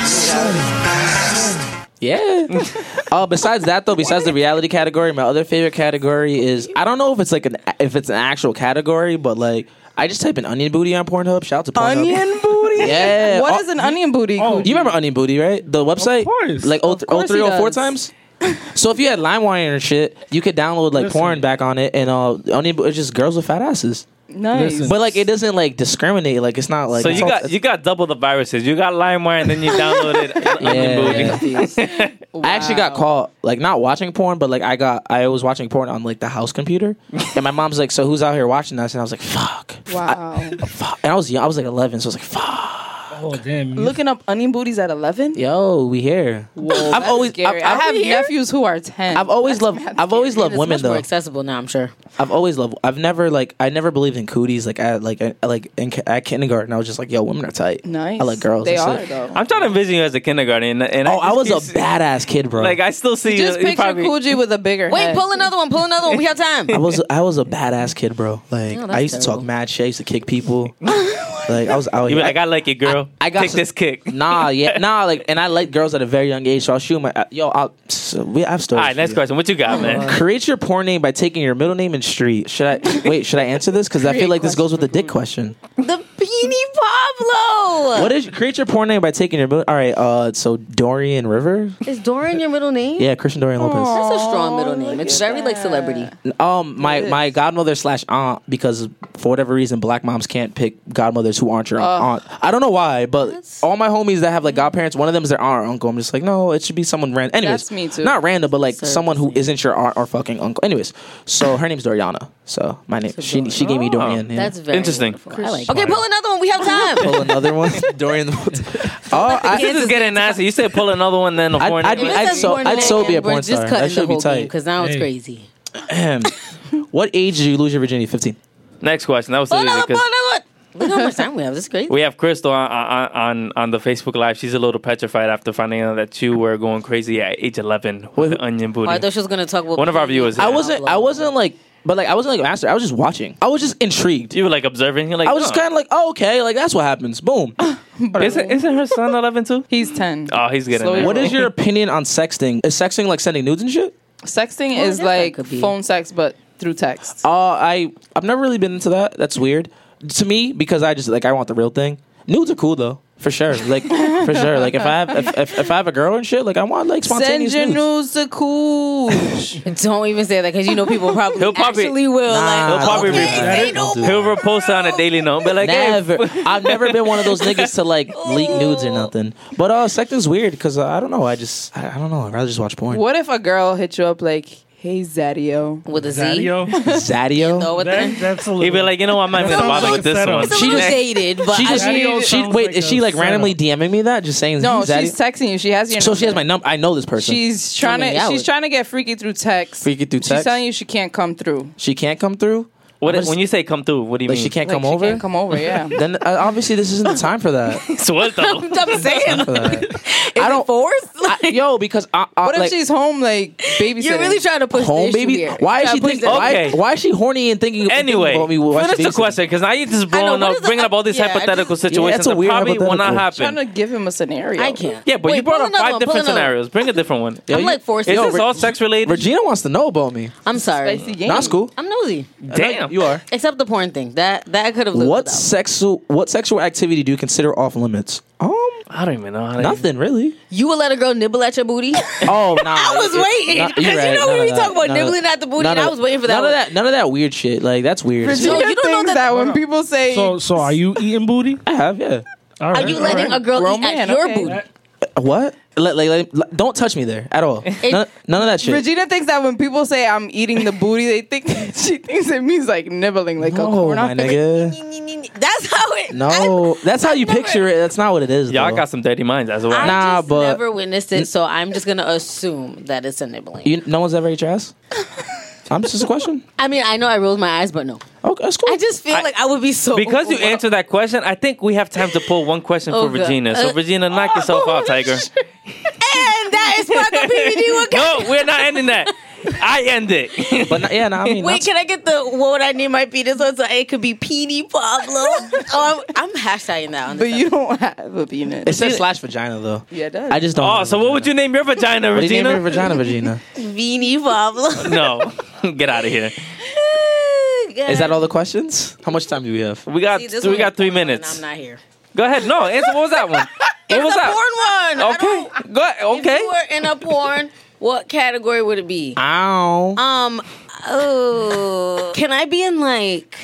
[SPEAKER 5] Yeah. uh, besides that though, besides the reality category, my other favorite category is I don't know if it's like an if it's an actual category, but like I just type in onion booty on Pornhub. Shout out to Pornhub.
[SPEAKER 4] Onion booty.
[SPEAKER 5] Yeah.
[SPEAKER 4] What
[SPEAKER 5] Oh,
[SPEAKER 4] is an onion booty?
[SPEAKER 2] Oh,
[SPEAKER 5] You remember onion booty, right? The website.
[SPEAKER 2] course.
[SPEAKER 5] Like oh,
[SPEAKER 4] Of course
[SPEAKER 5] three,
[SPEAKER 4] he
[SPEAKER 5] oh four
[SPEAKER 4] does.
[SPEAKER 5] times. So if you had LimeWire and shit, you could download like
[SPEAKER 2] Listen.
[SPEAKER 5] porn back on it, and uh, onion Bo- it's just girls with fat asses.
[SPEAKER 4] nice.
[SPEAKER 2] Listen.
[SPEAKER 5] But like it doesn't like discriminate. Like it's not like
[SPEAKER 3] so you
[SPEAKER 5] it's all-
[SPEAKER 3] got you got double the viruses. You got LimeWire, and then you downloaded Onion
[SPEAKER 5] Yeah.
[SPEAKER 3] Booty.
[SPEAKER 5] I actually got
[SPEAKER 4] Wow.
[SPEAKER 5] caught like not watching porn, but like I got I was watching porn on like the house computer, and my mom's like, "So who's out here watching us?" And I was like, "Fuck,
[SPEAKER 4] Wow.
[SPEAKER 5] fuck!" And I was young, I was like eleven, so I was like, "Fuck,
[SPEAKER 2] Oh damn! you-
[SPEAKER 4] Looking up onion booties at 11?
[SPEAKER 5] yo, we here."
[SPEAKER 4] Whoa,
[SPEAKER 5] I've
[SPEAKER 4] that's
[SPEAKER 5] always
[SPEAKER 4] scary.
[SPEAKER 5] I've, I've,
[SPEAKER 4] I have nephews who are 10.
[SPEAKER 5] I've always loved I've always loved
[SPEAKER 6] It's
[SPEAKER 5] women
[SPEAKER 6] much more
[SPEAKER 5] though.
[SPEAKER 6] accessible now. I'm sure.
[SPEAKER 5] I've always loved I've never like I never believed in cooties like at like at, like in, ki- at kindergarten I was just like, "Yo, women are tight."
[SPEAKER 4] nice.
[SPEAKER 5] I like girls.
[SPEAKER 4] They
[SPEAKER 5] That's
[SPEAKER 4] are,
[SPEAKER 5] it.
[SPEAKER 4] though.
[SPEAKER 3] I'm trying to envision you as a kindergarten, and, and
[SPEAKER 5] Oh, I
[SPEAKER 3] just
[SPEAKER 5] was
[SPEAKER 3] keep
[SPEAKER 5] a
[SPEAKER 3] see-
[SPEAKER 5] badass kid, bro.
[SPEAKER 3] Like I still see
[SPEAKER 4] Just
[SPEAKER 3] you. you
[SPEAKER 4] picture
[SPEAKER 3] probably-
[SPEAKER 4] Coogee with a bigger
[SPEAKER 6] Wait,
[SPEAKER 4] head.
[SPEAKER 6] pull another one. Pull another one. We have time.
[SPEAKER 5] I was I was a badass kid, bro. Like
[SPEAKER 6] Oh, that's
[SPEAKER 5] I used to talk
[SPEAKER 6] terrible.
[SPEAKER 5] mad shit. I used to kick people. like I was out
[SPEAKER 3] You
[SPEAKER 5] here.
[SPEAKER 3] be like, I like it, girl.
[SPEAKER 5] I- I got
[SPEAKER 3] take
[SPEAKER 5] some-
[SPEAKER 3] this kick. All
[SPEAKER 5] nah, yeah, nah. Like, and I like girls at a very young age. So I'll shoot my uh, yo. I'll so we I have stories.
[SPEAKER 3] right,
[SPEAKER 5] for
[SPEAKER 3] next
[SPEAKER 5] you.
[SPEAKER 3] question. What you got, man?
[SPEAKER 5] Create your porn name by taking your middle name and street. Should I wait? Should I answer this? Because I feel
[SPEAKER 4] Create
[SPEAKER 5] like this goes with the
[SPEAKER 4] question
[SPEAKER 5] dick question.
[SPEAKER 6] The Beanie Pablo.
[SPEAKER 5] What is create your porn name by taking your middle? All right. Uh, so Dorian River.
[SPEAKER 6] is Dorian your middle name?
[SPEAKER 5] Yeah, Christian Dorian Lopez.
[SPEAKER 6] That's a strong middle name. It's very like celebrity.
[SPEAKER 5] Um, my my godmother slash aunt because for whatever reason black moms can't pick godmothers who aren't your aunt. I don't know why, but all my homies that have like godparents, one of them is their aunt or uncle. I'm just like, no, it should be someone random. Anyways,
[SPEAKER 4] That's me too.
[SPEAKER 5] Not random, but like
[SPEAKER 6] Seriously.
[SPEAKER 5] someone who isn't your aunt or fucking uncle. Anyways, so her name's Doriana. So my name, she she gave me Dorian.
[SPEAKER 4] Oh.
[SPEAKER 5] yeah.
[SPEAKER 6] That's very
[SPEAKER 3] Interesting.
[SPEAKER 6] wonderful. I like okay, pull another one. We have time.
[SPEAKER 5] Pull another one, Dorian. the Mult- oh, I,
[SPEAKER 3] This is getting nasty. You said pull another one, then a
[SPEAKER 5] I'd-
[SPEAKER 3] foreign.
[SPEAKER 5] I'd be-
[SPEAKER 6] If it
[SPEAKER 5] I'd
[SPEAKER 6] says
[SPEAKER 5] so-
[SPEAKER 6] born
[SPEAKER 5] I'd so
[SPEAKER 6] again,
[SPEAKER 5] be a
[SPEAKER 6] we're
[SPEAKER 5] porn
[SPEAKER 6] Just
[SPEAKER 5] star.
[SPEAKER 6] cutting
[SPEAKER 5] That should
[SPEAKER 6] the
[SPEAKER 5] be
[SPEAKER 6] whole
[SPEAKER 5] tight.
[SPEAKER 6] because now it's
[SPEAKER 2] Hey.
[SPEAKER 6] crazy.
[SPEAKER 5] ahem. what age did you lose your virginity? Fifteen.
[SPEAKER 3] next question. That was
[SPEAKER 6] Pull
[SPEAKER 3] easy
[SPEAKER 6] another. Pull
[SPEAKER 3] 'cause
[SPEAKER 6] another. one. Look how much time we have. This is crazy.
[SPEAKER 3] we have Crystal on, on on on the Facebook Live. She's a little petrified after finding out that you were going crazy at age 11 with the onion
[SPEAKER 6] Oh, I
[SPEAKER 3] booty.
[SPEAKER 6] thought she was gonna talk about
[SPEAKER 3] One of our viewers.
[SPEAKER 5] I
[SPEAKER 3] yeah.
[SPEAKER 5] wasn't. I wasn't like. But like I wasn't like a master. I was just watching. I was just intrigued.
[SPEAKER 3] You were like observing. You're like,
[SPEAKER 5] I was just kind of like, oh, okay, like that's what happens. Boom.
[SPEAKER 3] of. Isn't, isn't her son 11 too?
[SPEAKER 4] He's 10.
[SPEAKER 3] Oh, he's getting
[SPEAKER 4] Slow
[SPEAKER 3] there.
[SPEAKER 5] What is your opinion on sexting? Is sexting like sending nudes and shit?
[SPEAKER 4] Sexting
[SPEAKER 6] Oh,
[SPEAKER 4] is
[SPEAKER 6] that
[SPEAKER 4] like
[SPEAKER 6] could be.
[SPEAKER 4] phone sex, but through text.
[SPEAKER 5] Uh, I I've never really been into that. That's weird to me because I just like I want the real thing. Nudes are cool though, for sure. Like for sure. Like if I have if, if, if I have a girl and shit, like I want like
[SPEAKER 4] Send
[SPEAKER 5] spontaneous
[SPEAKER 4] your
[SPEAKER 5] nudes.
[SPEAKER 4] news to Cooge.
[SPEAKER 6] Don't even say that because you know people probably,
[SPEAKER 3] He'll probably-
[SPEAKER 6] actually will.
[SPEAKER 5] Nah,
[SPEAKER 6] like,
[SPEAKER 3] He'll probably
[SPEAKER 5] don't do
[SPEAKER 3] be-
[SPEAKER 5] that.
[SPEAKER 6] okay, say no
[SPEAKER 5] Don't do
[SPEAKER 6] more.
[SPEAKER 3] He'll repost on a daily note, but like, hey,
[SPEAKER 5] Never. I've never been one of those niggas to like leak nudes or nothing. But uh, sexting's weird because uh, I don't know. I just I, I don't know. I'd rather just watch porn.
[SPEAKER 4] what if a girl hit you up like, hey, Zadio?
[SPEAKER 6] with a Z.
[SPEAKER 2] Daddy-o.
[SPEAKER 3] Oh,
[SPEAKER 5] Zadio?
[SPEAKER 6] Throw it
[SPEAKER 2] That-
[SPEAKER 6] there.
[SPEAKER 2] that's a little.
[SPEAKER 3] he'd be like, you know, I'm not even
[SPEAKER 2] sounds
[SPEAKER 3] gonna bother
[SPEAKER 2] like
[SPEAKER 3] with
[SPEAKER 2] a
[SPEAKER 3] this
[SPEAKER 2] setup.
[SPEAKER 3] one.
[SPEAKER 6] It's a
[SPEAKER 5] She
[SPEAKER 6] little
[SPEAKER 5] just-
[SPEAKER 6] dated, but
[SPEAKER 5] She
[SPEAKER 6] I
[SPEAKER 5] just
[SPEAKER 6] mean,
[SPEAKER 2] Daddy-o
[SPEAKER 5] she
[SPEAKER 2] sounds
[SPEAKER 5] wait.
[SPEAKER 2] like
[SPEAKER 5] is
[SPEAKER 2] a
[SPEAKER 5] she like randomly
[SPEAKER 2] setup.
[SPEAKER 5] DMing me that? Just saying.
[SPEAKER 4] No,
[SPEAKER 5] Zaddy?
[SPEAKER 4] she's texting you. She has your
[SPEAKER 5] So she has
[SPEAKER 4] number.
[SPEAKER 5] my number. I know this person.
[SPEAKER 4] She's trying
[SPEAKER 6] me
[SPEAKER 4] to.
[SPEAKER 6] out.
[SPEAKER 4] She's trying to get freaky through text.
[SPEAKER 5] Freaky through text?
[SPEAKER 4] She's telling you she can't come through.
[SPEAKER 5] she can't come through.
[SPEAKER 3] What,
[SPEAKER 5] I'm just-
[SPEAKER 3] when you say come through, what do you
[SPEAKER 5] like
[SPEAKER 3] mean?
[SPEAKER 5] she can't
[SPEAKER 4] Like,
[SPEAKER 5] come
[SPEAKER 4] she
[SPEAKER 5] over.
[SPEAKER 4] Can't come over. Yeah.
[SPEAKER 5] then uh, obviously this isn't the time for that.
[SPEAKER 3] What the-
[SPEAKER 6] I'm saying,
[SPEAKER 5] For that.
[SPEAKER 6] I
[SPEAKER 5] don't-
[SPEAKER 6] don't force. Like,
[SPEAKER 5] I- yo, because I, I,
[SPEAKER 4] what if
[SPEAKER 5] like,
[SPEAKER 4] she's home like babysitting?
[SPEAKER 6] you're really trying to push the
[SPEAKER 5] home,
[SPEAKER 6] issue
[SPEAKER 5] baby?
[SPEAKER 6] Here.
[SPEAKER 5] Why is she
[SPEAKER 6] Trying to push
[SPEAKER 5] thinking?
[SPEAKER 6] the-
[SPEAKER 5] Why,
[SPEAKER 3] Okay.
[SPEAKER 5] why is she horny and thinking?
[SPEAKER 3] Anyway,
[SPEAKER 5] thinking about me while
[SPEAKER 3] finish
[SPEAKER 5] she's
[SPEAKER 3] the
[SPEAKER 5] babysitting?
[SPEAKER 3] question because now you're just blowing
[SPEAKER 6] what
[SPEAKER 3] up,
[SPEAKER 6] is the-
[SPEAKER 3] bringing up all these
[SPEAKER 6] yeah, I
[SPEAKER 3] hypothetical
[SPEAKER 6] just- Yeah,
[SPEAKER 5] that's
[SPEAKER 3] situations
[SPEAKER 5] a
[SPEAKER 3] that
[SPEAKER 5] weird
[SPEAKER 3] probably will not
[SPEAKER 4] trying
[SPEAKER 3] happen.
[SPEAKER 4] to give him a scenario.
[SPEAKER 6] I can't.
[SPEAKER 3] yeah, but you
[SPEAKER 6] Wait,
[SPEAKER 3] brought
[SPEAKER 6] pull
[SPEAKER 3] up
[SPEAKER 6] another
[SPEAKER 3] five
[SPEAKER 6] one, pull
[SPEAKER 3] different
[SPEAKER 6] another one.
[SPEAKER 3] scenarios. Bring a different one.
[SPEAKER 5] Yeah,
[SPEAKER 6] I'm
[SPEAKER 5] you-
[SPEAKER 6] like forcing.
[SPEAKER 3] Is
[SPEAKER 5] Yo,
[SPEAKER 3] this
[SPEAKER 5] Re-
[SPEAKER 3] all sex related?
[SPEAKER 5] Regina wants to know about me.
[SPEAKER 6] I'm sorry.
[SPEAKER 4] Spicy game.
[SPEAKER 5] Not school.
[SPEAKER 6] I'm nosy.
[SPEAKER 3] Damn,
[SPEAKER 5] You are.
[SPEAKER 6] Except the porn thing. That that could have lived
[SPEAKER 5] What
[SPEAKER 6] without.
[SPEAKER 5] sexual what sexual activity do you consider off limits? Um,
[SPEAKER 3] I don't even know. How to
[SPEAKER 5] nothing really.
[SPEAKER 6] You would let a girl nibble at your booty?
[SPEAKER 5] Oh no! I
[SPEAKER 6] was waiting, 'cause you know when we talk about nibbling at the booty, and I was waiting for that
[SPEAKER 5] None
[SPEAKER 6] one.
[SPEAKER 5] of that. None of that weird shit. Like that's weird.
[SPEAKER 4] Virginia
[SPEAKER 6] No, you
[SPEAKER 4] you
[SPEAKER 6] don't know
[SPEAKER 4] don't
[SPEAKER 6] that-
[SPEAKER 4] that, when people say
[SPEAKER 2] so so. Are you eating booty?
[SPEAKER 5] I have yeah.
[SPEAKER 2] All
[SPEAKER 6] Are
[SPEAKER 2] right,
[SPEAKER 6] you
[SPEAKER 2] all
[SPEAKER 6] letting
[SPEAKER 2] right.
[SPEAKER 6] a girl
[SPEAKER 4] Grown
[SPEAKER 6] eat
[SPEAKER 4] man,
[SPEAKER 6] at your
[SPEAKER 4] okay.
[SPEAKER 6] booty?
[SPEAKER 5] What? Like, like, like, like, don't touch me there at all. none, none of that shit.
[SPEAKER 4] Regina thinks that when people say I'm eating the booty, they think she thinks it means like nibbling, like a
[SPEAKER 5] no,
[SPEAKER 4] corn.
[SPEAKER 5] my nigga.
[SPEAKER 6] That's how it.
[SPEAKER 5] No, that's how you picture it. That's not what it is.
[SPEAKER 3] Y'all
[SPEAKER 5] though.
[SPEAKER 3] got some dirty minds as
[SPEAKER 6] I
[SPEAKER 3] well.
[SPEAKER 5] Nah,
[SPEAKER 6] just
[SPEAKER 5] but-
[SPEAKER 6] never witnessed it, so I'm just gonna assume that it's a nibbling.
[SPEAKER 5] You, no one's ever ate your ass. I'm just a question.
[SPEAKER 6] I mean, I know I rolled my eyes, but no.
[SPEAKER 5] Okay, that's cool.
[SPEAKER 6] I just feel like I would be so
[SPEAKER 3] Because you
[SPEAKER 6] overwhelmed.
[SPEAKER 3] answered that question, I think we have time to pull one question
[SPEAKER 6] Oh,
[SPEAKER 3] for
[SPEAKER 6] God.
[SPEAKER 3] Regina. So
[SPEAKER 6] Uh,
[SPEAKER 3] Regina, knock yourself out, Tiger.
[SPEAKER 6] and that is Sparkle PVD. What kind-
[SPEAKER 3] No, we're not ending that. I end it.
[SPEAKER 5] but not, yeah, no, I mean,
[SPEAKER 6] Wait,
[SPEAKER 5] not,
[SPEAKER 6] can I get the what would I name my penis on? So it could be Petey Pablo. oh, I'm, I'm hashtagging that on
[SPEAKER 4] But
[SPEAKER 6] this.
[SPEAKER 4] you don't have a penis.
[SPEAKER 5] it says slash vagina though.
[SPEAKER 4] yeah, it does.
[SPEAKER 5] I just don't.
[SPEAKER 3] Oh, so what would you name your vagina,
[SPEAKER 5] What do you name your
[SPEAKER 3] Regina?
[SPEAKER 5] vagina, Regina?
[SPEAKER 6] Beanie Pablo.
[SPEAKER 3] No, get out of here.
[SPEAKER 5] Is that all the questions? How much time do we have?
[SPEAKER 3] We got
[SPEAKER 6] See, this
[SPEAKER 3] we
[SPEAKER 6] one
[SPEAKER 3] got
[SPEAKER 6] was
[SPEAKER 3] three
[SPEAKER 6] porn, and
[SPEAKER 3] minutes.
[SPEAKER 6] I'm not here.
[SPEAKER 3] Go ahead. No, answer. What was that one? What was
[SPEAKER 6] It's a
[SPEAKER 3] that?
[SPEAKER 6] porn one. I don't-
[SPEAKER 3] Okay. Go ahead. Okay.
[SPEAKER 6] If you were in a porn, what category would it be?
[SPEAKER 5] Ow.
[SPEAKER 6] Um, oh, can I be in like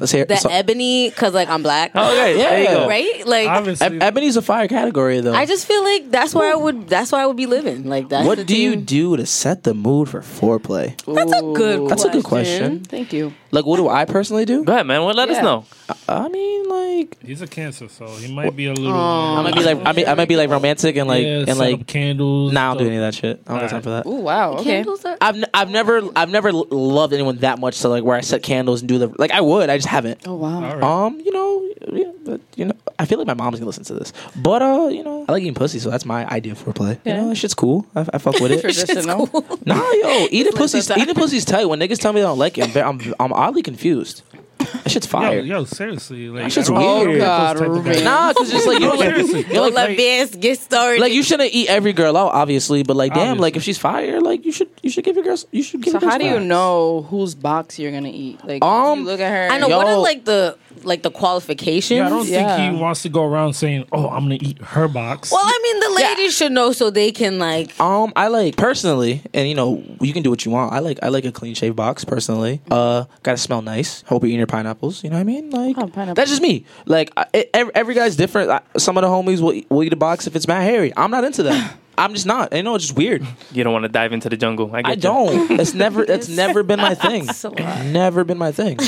[SPEAKER 5] Let's hear
[SPEAKER 6] the
[SPEAKER 5] so-
[SPEAKER 6] ebony? Cause like I'm black,
[SPEAKER 3] Oh, Okay. There you
[SPEAKER 5] Yeah.
[SPEAKER 3] go.
[SPEAKER 6] right? Like
[SPEAKER 2] Obviously,
[SPEAKER 5] Eb- Ebony's a fire category though.
[SPEAKER 6] I just feel like that's where I would. That's where I would be living. Like that.
[SPEAKER 5] what do you do to set the mood for foreplay?
[SPEAKER 6] That's a good.
[SPEAKER 5] That's a good question.
[SPEAKER 4] Thank you.
[SPEAKER 5] Like, what do I personally do?
[SPEAKER 3] Go ahead, man. Well, let us
[SPEAKER 4] Yeah.
[SPEAKER 3] know.
[SPEAKER 5] I mean, like,
[SPEAKER 2] he's a cancer, so he might be a little.
[SPEAKER 5] I might be like, I mean, I might be like romantic and like
[SPEAKER 2] yeah,
[SPEAKER 5] and
[SPEAKER 2] set
[SPEAKER 5] like.
[SPEAKER 2] up candles.
[SPEAKER 5] Nah, I don't do
[SPEAKER 2] stuff.
[SPEAKER 5] any of that shit. I don't have time for that.
[SPEAKER 4] Ooh, wow. Okay.
[SPEAKER 6] Candles are-
[SPEAKER 5] I've, n- I've never I've never l- loved anyone that much to like where I set candles and do the like I would I just haven't.
[SPEAKER 4] Oh wow.
[SPEAKER 2] All right.
[SPEAKER 5] Um, you know, yeah, but, you know, I feel like my mom's gonna listen to this, but uh, you know, I like eating pussy, so that's my idea for play. You
[SPEAKER 4] Yeah.
[SPEAKER 5] know, that shit's cool. I, I fuck with it.
[SPEAKER 4] Traditional.
[SPEAKER 5] nah, yo, eating pussy's eating pussy's tight. When niggas tell me they don't like it, I'm ve- I'm, I'm oddly confused. That shit's fire.
[SPEAKER 2] Yo, yo, seriously, like
[SPEAKER 5] That shit's
[SPEAKER 2] I don't
[SPEAKER 5] weird.
[SPEAKER 2] get those
[SPEAKER 4] God,
[SPEAKER 2] type of guys.
[SPEAKER 4] Ruben.
[SPEAKER 5] Nah, cause just like you don't
[SPEAKER 2] Seriously.
[SPEAKER 5] like, you don't
[SPEAKER 6] Don't
[SPEAKER 5] like
[SPEAKER 6] let Vance get started.
[SPEAKER 5] like you shouldn't eat every girl out, obviously, but like damn,
[SPEAKER 2] Obviously.
[SPEAKER 5] like if she's fire, like you should you should give your girls you should give.
[SPEAKER 4] So
[SPEAKER 5] your girls
[SPEAKER 4] how do you
[SPEAKER 5] flowers.
[SPEAKER 4] know whose box you're gonna eat? Like,
[SPEAKER 5] Um,
[SPEAKER 4] you look at her.
[SPEAKER 6] I know.
[SPEAKER 5] Yo.
[SPEAKER 6] What are like the like the qualifications?
[SPEAKER 2] Yeah, I don't
[SPEAKER 4] Yeah.
[SPEAKER 2] think he wants to go around saying, "Oh, I'm gonna eat her box."
[SPEAKER 6] well, I mean, the ladies should know so they can like.
[SPEAKER 5] Um, I like personally, and you know, you can do what you want. I like I like a clean shaved box personally. Uh, gotta smell nice. Hope you're eating your pineapples. You know what I mean? Like
[SPEAKER 4] Oh, pineapple.
[SPEAKER 5] that's just me. Like I, e, every, every guy's different. I, some of the homies will, will eat a box if it's Matt Harry. I'm not into that. I'm just not. You know, it's just weird.
[SPEAKER 3] You don't want to dive into the jungle. I, get
[SPEAKER 5] I
[SPEAKER 3] you.
[SPEAKER 5] don't. It's never. It's never been my thing.
[SPEAKER 6] a lot.
[SPEAKER 5] Never been my thing.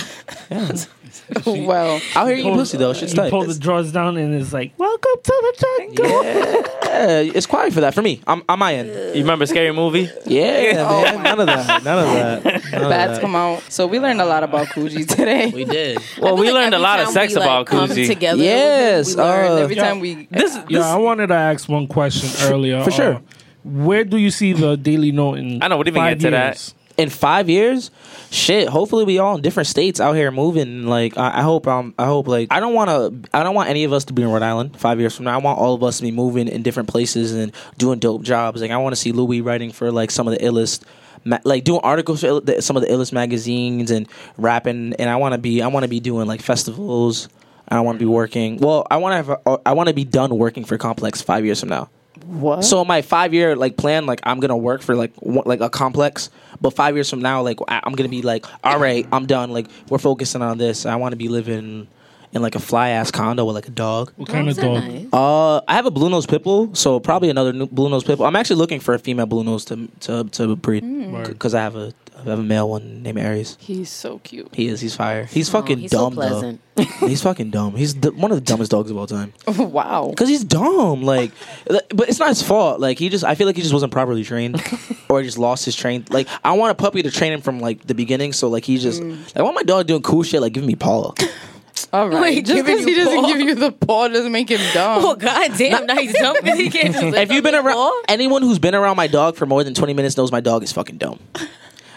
[SPEAKER 5] Yeah.
[SPEAKER 4] well,
[SPEAKER 5] Out here eating pussy though. Shit's
[SPEAKER 2] you
[SPEAKER 5] tight.
[SPEAKER 2] pull the drawers down and it's like, "Welcome to the jungle."
[SPEAKER 5] Yeah, it's quiet for that for me. I'm on my end.
[SPEAKER 3] You remember scary movie?
[SPEAKER 5] Yeah, man. None of that. None of that.
[SPEAKER 4] bats come out. So we learned a lot about Coogee today.
[SPEAKER 5] We did.
[SPEAKER 3] Well, we
[SPEAKER 6] Like,
[SPEAKER 3] learned a
[SPEAKER 6] every
[SPEAKER 3] lot of
[SPEAKER 6] time
[SPEAKER 3] sex
[SPEAKER 6] we,
[SPEAKER 3] about
[SPEAKER 6] like, come
[SPEAKER 3] Koozie.
[SPEAKER 6] Together,
[SPEAKER 5] Yes.
[SPEAKER 4] we learned
[SPEAKER 5] uh,
[SPEAKER 4] every time we.
[SPEAKER 3] This, this
[SPEAKER 2] Yeah, I wanted to ask one question earlier.
[SPEAKER 5] for sure.
[SPEAKER 2] Uh, where do you see the Daily Note in?
[SPEAKER 3] I know, we didn't even
[SPEAKER 2] five
[SPEAKER 3] get to that.
[SPEAKER 2] years?
[SPEAKER 5] in five years, shit. Hopefully, we all in different states out here moving. Like, I, I hope. Um, I hope. Like, I don't want to. I don't want any of us to be in Rhode Island five years from now. I want all of us to be moving in different places and doing dope jobs. Like, I want to see Louis writing for like some of the illest. ma- Like doing articles for ill- the- some of the illest magazines and rapping, and I want to be I want to be doing like festivals. I don't want to be working. Well, I want to have a, I want to be done working for Complex five years from now.
[SPEAKER 4] What?
[SPEAKER 5] So my five year like plan, like I'm gonna work for like one, like a complex, but five years from now, like I, I'm gonna be like, all right, I'm done. Like we're focusing on this. I want to be living in like a fly ass condo with like a dog.
[SPEAKER 2] What kind of
[SPEAKER 6] Those are
[SPEAKER 2] dog?
[SPEAKER 6] nice.
[SPEAKER 5] Uh, I have a blue nose pit bull, so probably another new blue nose pit bull. I'm actually looking for a female blue nose to to to breed
[SPEAKER 6] Mm.
[SPEAKER 2] Word.
[SPEAKER 5] because I have a I have a male one named Aries.
[SPEAKER 4] He's so cute.
[SPEAKER 5] He is. He's fire. He's fucking
[SPEAKER 6] Oh, he's so
[SPEAKER 5] dumb
[SPEAKER 6] pleasant.
[SPEAKER 5] though. he's fucking dumb. He's the, one of the dumbest dogs of all time.
[SPEAKER 4] wow.
[SPEAKER 5] Cause he's dumb, like, li- but it's not his fault. Like he just, I feel like he just wasn't properly trained, or he just lost his train. Like I want a puppy to train him from like the beginning, so like he just,
[SPEAKER 4] Mm.
[SPEAKER 5] like, I want my dog doing cool shit, like giving me Paula.
[SPEAKER 4] All right.
[SPEAKER 6] Wait,
[SPEAKER 4] just because
[SPEAKER 6] giving
[SPEAKER 4] he
[SPEAKER 6] you
[SPEAKER 4] doesn't
[SPEAKER 6] paw?
[SPEAKER 4] give you the paw doesn't make him dumb.
[SPEAKER 6] Oh god damn! Now he's dumb because he can't just. lift
[SPEAKER 5] If you've
[SPEAKER 6] up
[SPEAKER 5] been
[SPEAKER 6] his
[SPEAKER 5] around
[SPEAKER 6] ball.
[SPEAKER 5] anyone who's been around my dog for more than twenty minutes knows my dog is fucking dumb.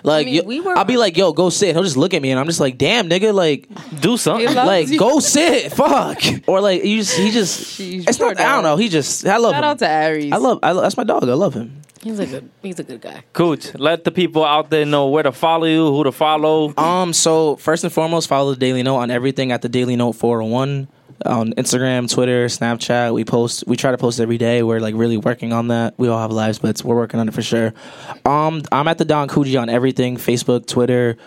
[SPEAKER 5] Like
[SPEAKER 6] mean,
[SPEAKER 5] yo-
[SPEAKER 6] we were-
[SPEAKER 5] I'll be like, yo, go sit. He'll just look at me, and I'm just like, damn, nigga, like,
[SPEAKER 3] Do something.
[SPEAKER 4] He loves
[SPEAKER 5] like
[SPEAKER 4] you.
[SPEAKER 5] go sit, fuck, or like you just, he just,
[SPEAKER 4] Sheesh,
[SPEAKER 5] it's
[SPEAKER 4] poor
[SPEAKER 5] not. I
[SPEAKER 4] dog.
[SPEAKER 5] don't know. He just, I love
[SPEAKER 4] Shout
[SPEAKER 5] him.
[SPEAKER 4] out to Aries.
[SPEAKER 5] I love, I love. That's my dog. I love him.
[SPEAKER 6] He's a good. He's a good guy.
[SPEAKER 3] Cooch, let the people out there know where to follow you, who to follow.
[SPEAKER 5] Um, so first and foremost, follow the Daily Note on everything at the Daily Note 401 on Instagram, Twitter, Snapchat. We post, we try to post every day. We're like really working on that. We all have lives, but it's- we're working on it for sure. Um, I'm at the Don Coogee on everything Facebook, Twitter.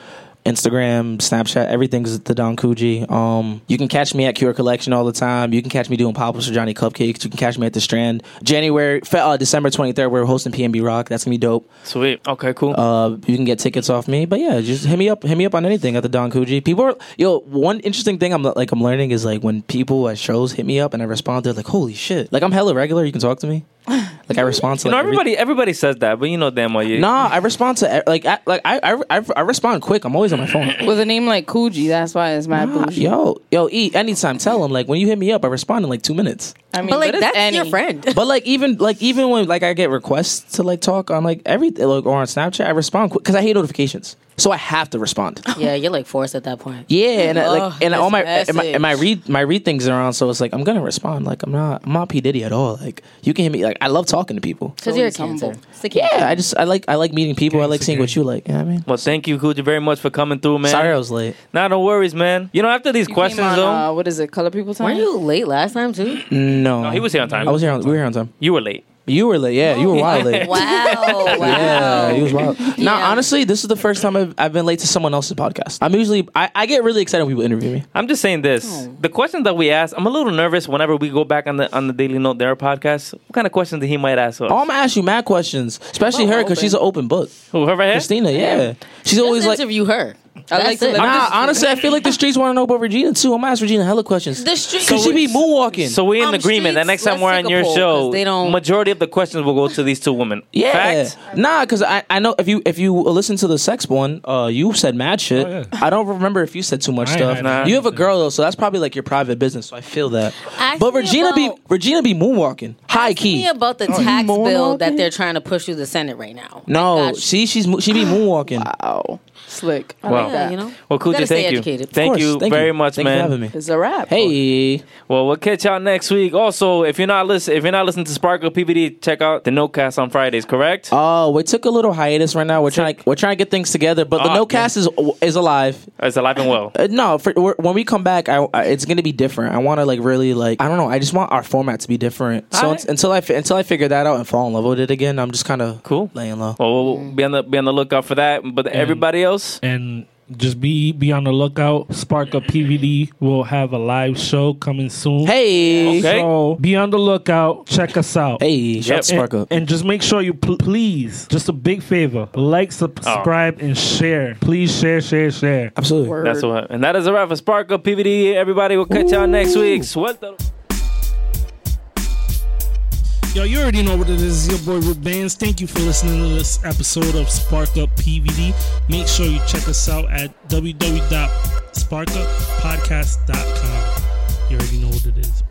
[SPEAKER 5] Instagram, Snapchat, everything's the Don Coogee. Um, you can catch me at Cure Collection all the time. You can catch me doing pop ups for Johnny Cupcakes. You can catch me at the Strand. January, fe- uh, December 23rd, we're hosting PNB Rock. That's gonna be dope.
[SPEAKER 3] Sweet. Okay, cool.
[SPEAKER 5] Uh, you can get tickets off me, but yeah, just hit me up, hit me up on anything at the Don Coogee. People are yo. One interesting thing I'm like I'm learning is like when people at shows hit me up and I respond, they're like, "Holy shit!" Like I'm hella regular. You can talk to me. Like I respond to
[SPEAKER 3] you
[SPEAKER 5] like,
[SPEAKER 3] know,
[SPEAKER 5] every-
[SPEAKER 3] everybody everybody says that, but you know damn well you.
[SPEAKER 5] Nah, I respond to e- like I, like I, I I- I respond quick. I'm always on my phone.
[SPEAKER 4] With a name like Coogee, that's why it's my
[SPEAKER 5] Nah,
[SPEAKER 4] bougie.
[SPEAKER 5] yo, yo, e anytime. Tell them like when you hit me up, I respond in like two minutes.
[SPEAKER 4] I mean,
[SPEAKER 6] but like
[SPEAKER 4] it's
[SPEAKER 6] that's your
[SPEAKER 4] any.
[SPEAKER 6] friend.
[SPEAKER 5] But like even like even when like I get requests to like talk on like everything like or on Snapchat, I respond because I hate notifications, so I have to respond.
[SPEAKER 6] yeah, you're like forced at that point.
[SPEAKER 5] Yeah, and I, like
[SPEAKER 4] Ugh,
[SPEAKER 5] and
[SPEAKER 4] this
[SPEAKER 5] all my and, my
[SPEAKER 4] message.
[SPEAKER 5] and my read my read things are on, so it's like I'm gonna respond. Like I'm not I'm not P Diddy at all. Like you can hit me. Like I love talking to people.
[SPEAKER 6] Because you're a cancer. It's a cancer.
[SPEAKER 5] Yeah, I just I like I like meeting people. I like seeing what you like. You know what I mean,
[SPEAKER 3] Well, thank you, Kuja, very much for coming through, man.
[SPEAKER 5] sorry I was late.
[SPEAKER 3] Nah, no worries, man. You know, after these
[SPEAKER 4] You came
[SPEAKER 3] questions,
[SPEAKER 4] on,
[SPEAKER 3] though,
[SPEAKER 4] uh, what is it? Color people time.
[SPEAKER 6] Weren't you late last time too?
[SPEAKER 5] No,
[SPEAKER 3] No, he was here on time.
[SPEAKER 5] I was here. On, we were here on time.
[SPEAKER 3] you were late.
[SPEAKER 5] You were late. Yeah, you were wild late.
[SPEAKER 6] Wow. Wow.
[SPEAKER 5] Yeah, he was wild. Now,
[SPEAKER 6] Yeah.
[SPEAKER 5] honestly, this is the first time I've, I've been late to someone else's podcast. I'm usually I, I get really excited when people interview me.
[SPEAKER 3] I'm just saying this.
[SPEAKER 6] Oh.
[SPEAKER 3] The questions that we ask, I'm a little nervous whenever we go back on the on the Daily Note There podcast. What kind of questions that he might ask us?
[SPEAKER 5] Oh, I'm gonna ask you mad questions, especially
[SPEAKER 4] Oh,
[SPEAKER 5] her because she's an open book.
[SPEAKER 3] Who, her right here?
[SPEAKER 5] Christina, yeah, she's always
[SPEAKER 6] Let's
[SPEAKER 5] like.
[SPEAKER 6] interview her.
[SPEAKER 4] I
[SPEAKER 6] That's
[SPEAKER 4] like to
[SPEAKER 6] it.
[SPEAKER 4] let-
[SPEAKER 5] Nah, honestly, I feel like the streets want to know about Regina too. I'm gonna ask Regina hella questions.
[SPEAKER 6] The streets-
[SPEAKER 5] Could she be moonwalking?
[SPEAKER 3] So we're in
[SPEAKER 6] Um,
[SPEAKER 3] agreement. The
[SPEAKER 6] streets,
[SPEAKER 3] next time
[SPEAKER 6] let's
[SPEAKER 3] we're
[SPEAKER 6] take a
[SPEAKER 3] on your
[SPEAKER 6] poll, 'cause
[SPEAKER 3] show,
[SPEAKER 6] they don't-
[SPEAKER 3] majority of the questions will go to these two women.
[SPEAKER 5] yeah,
[SPEAKER 3] Fact?
[SPEAKER 5] nah, because I, I know if you if you listen to the sex one, uh, you said mad shit.
[SPEAKER 2] Oh, yeah.
[SPEAKER 5] I don't remember if you said too much
[SPEAKER 2] I ain't
[SPEAKER 5] stuff.
[SPEAKER 2] had nothing
[SPEAKER 5] You have a
[SPEAKER 2] to say.
[SPEAKER 5] girl though, so that's probably like your private business. So I feel that.
[SPEAKER 6] Ask
[SPEAKER 5] but
[SPEAKER 6] me
[SPEAKER 5] Regina
[SPEAKER 6] about-
[SPEAKER 5] be Regina be moonwalking, high key.
[SPEAKER 6] me about the tax
[SPEAKER 4] moaning
[SPEAKER 6] bill
[SPEAKER 4] about
[SPEAKER 6] that
[SPEAKER 4] that?
[SPEAKER 6] they're trying to push through the Senate right now.
[SPEAKER 5] No,
[SPEAKER 6] Like, God,
[SPEAKER 5] see, she's mo- she be moonwalking.
[SPEAKER 4] Wow, Oh, slick. I like
[SPEAKER 3] Wow.
[SPEAKER 6] yeah,
[SPEAKER 4] that.
[SPEAKER 6] you know. You
[SPEAKER 3] Well,
[SPEAKER 6] gotta
[SPEAKER 3] Kuja,
[SPEAKER 6] stay
[SPEAKER 3] thank you.
[SPEAKER 6] educated.
[SPEAKER 5] Of
[SPEAKER 3] Thank
[SPEAKER 5] course,
[SPEAKER 3] you very much,
[SPEAKER 5] Thank
[SPEAKER 3] man.
[SPEAKER 5] You for having me.
[SPEAKER 4] It's a wrap.
[SPEAKER 5] Hey,
[SPEAKER 3] Well, we'll catch y'all next week. Also, if you're not listen, if you're not listening to Sparkle PBD, check out the Notecast on Fridays. Correct?
[SPEAKER 5] uh, we took a little hiatus right now. We're trying we're trying to get things together, but the
[SPEAKER 3] Ah,
[SPEAKER 5] no cast is is alive.
[SPEAKER 3] it's alive and well.
[SPEAKER 5] Uh, no, for, we're, when we come back, I, I, it's gonna be different. I want to like really like I don't know. I just want our format to be different. So
[SPEAKER 3] Alright.
[SPEAKER 5] it's- until I fi- until I figure that out and fall in love with it again, I'm just kind of
[SPEAKER 3] Cool.
[SPEAKER 5] laying low.
[SPEAKER 3] Well,
[SPEAKER 6] Mm.
[SPEAKER 3] we'll be on the be on the lookout for that.
[SPEAKER 5] Mm.
[SPEAKER 3] But everybody else,
[SPEAKER 2] and just be be on the lookout. Spark Up PVD will have a live show coming soon.
[SPEAKER 5] Hey,
[SPEAKER 3] Okay.
[SPEAKER 2] So be on the lookout. Check us out.
[SPEAKER 5] hey, shout
[SPEAKER 3] Yep.
[SPEAKER 5] out to Spark
[SPEAKER 2] and,
[SPEAKER 5] up.
[SPEAKER 2] and just make sure you pl- please, just a big favor, like, subscribe, and share. Please share, share, share.
[SPEAKER 5] Absolutely.
[SPEAKER 4] Word.
[SPEAKER 3] that's what. And that is a wrap for Sparkle PBD. Everybody, we'll catch y'all next week. Suelta.
[SPEAKER 1] Yo, you already know what it is. It's your boy Rick Bands. Thank you for listening to this episode of Spark Up PVD. Make sure you check us out at www.sparkuppodcast.com. You already know what it is.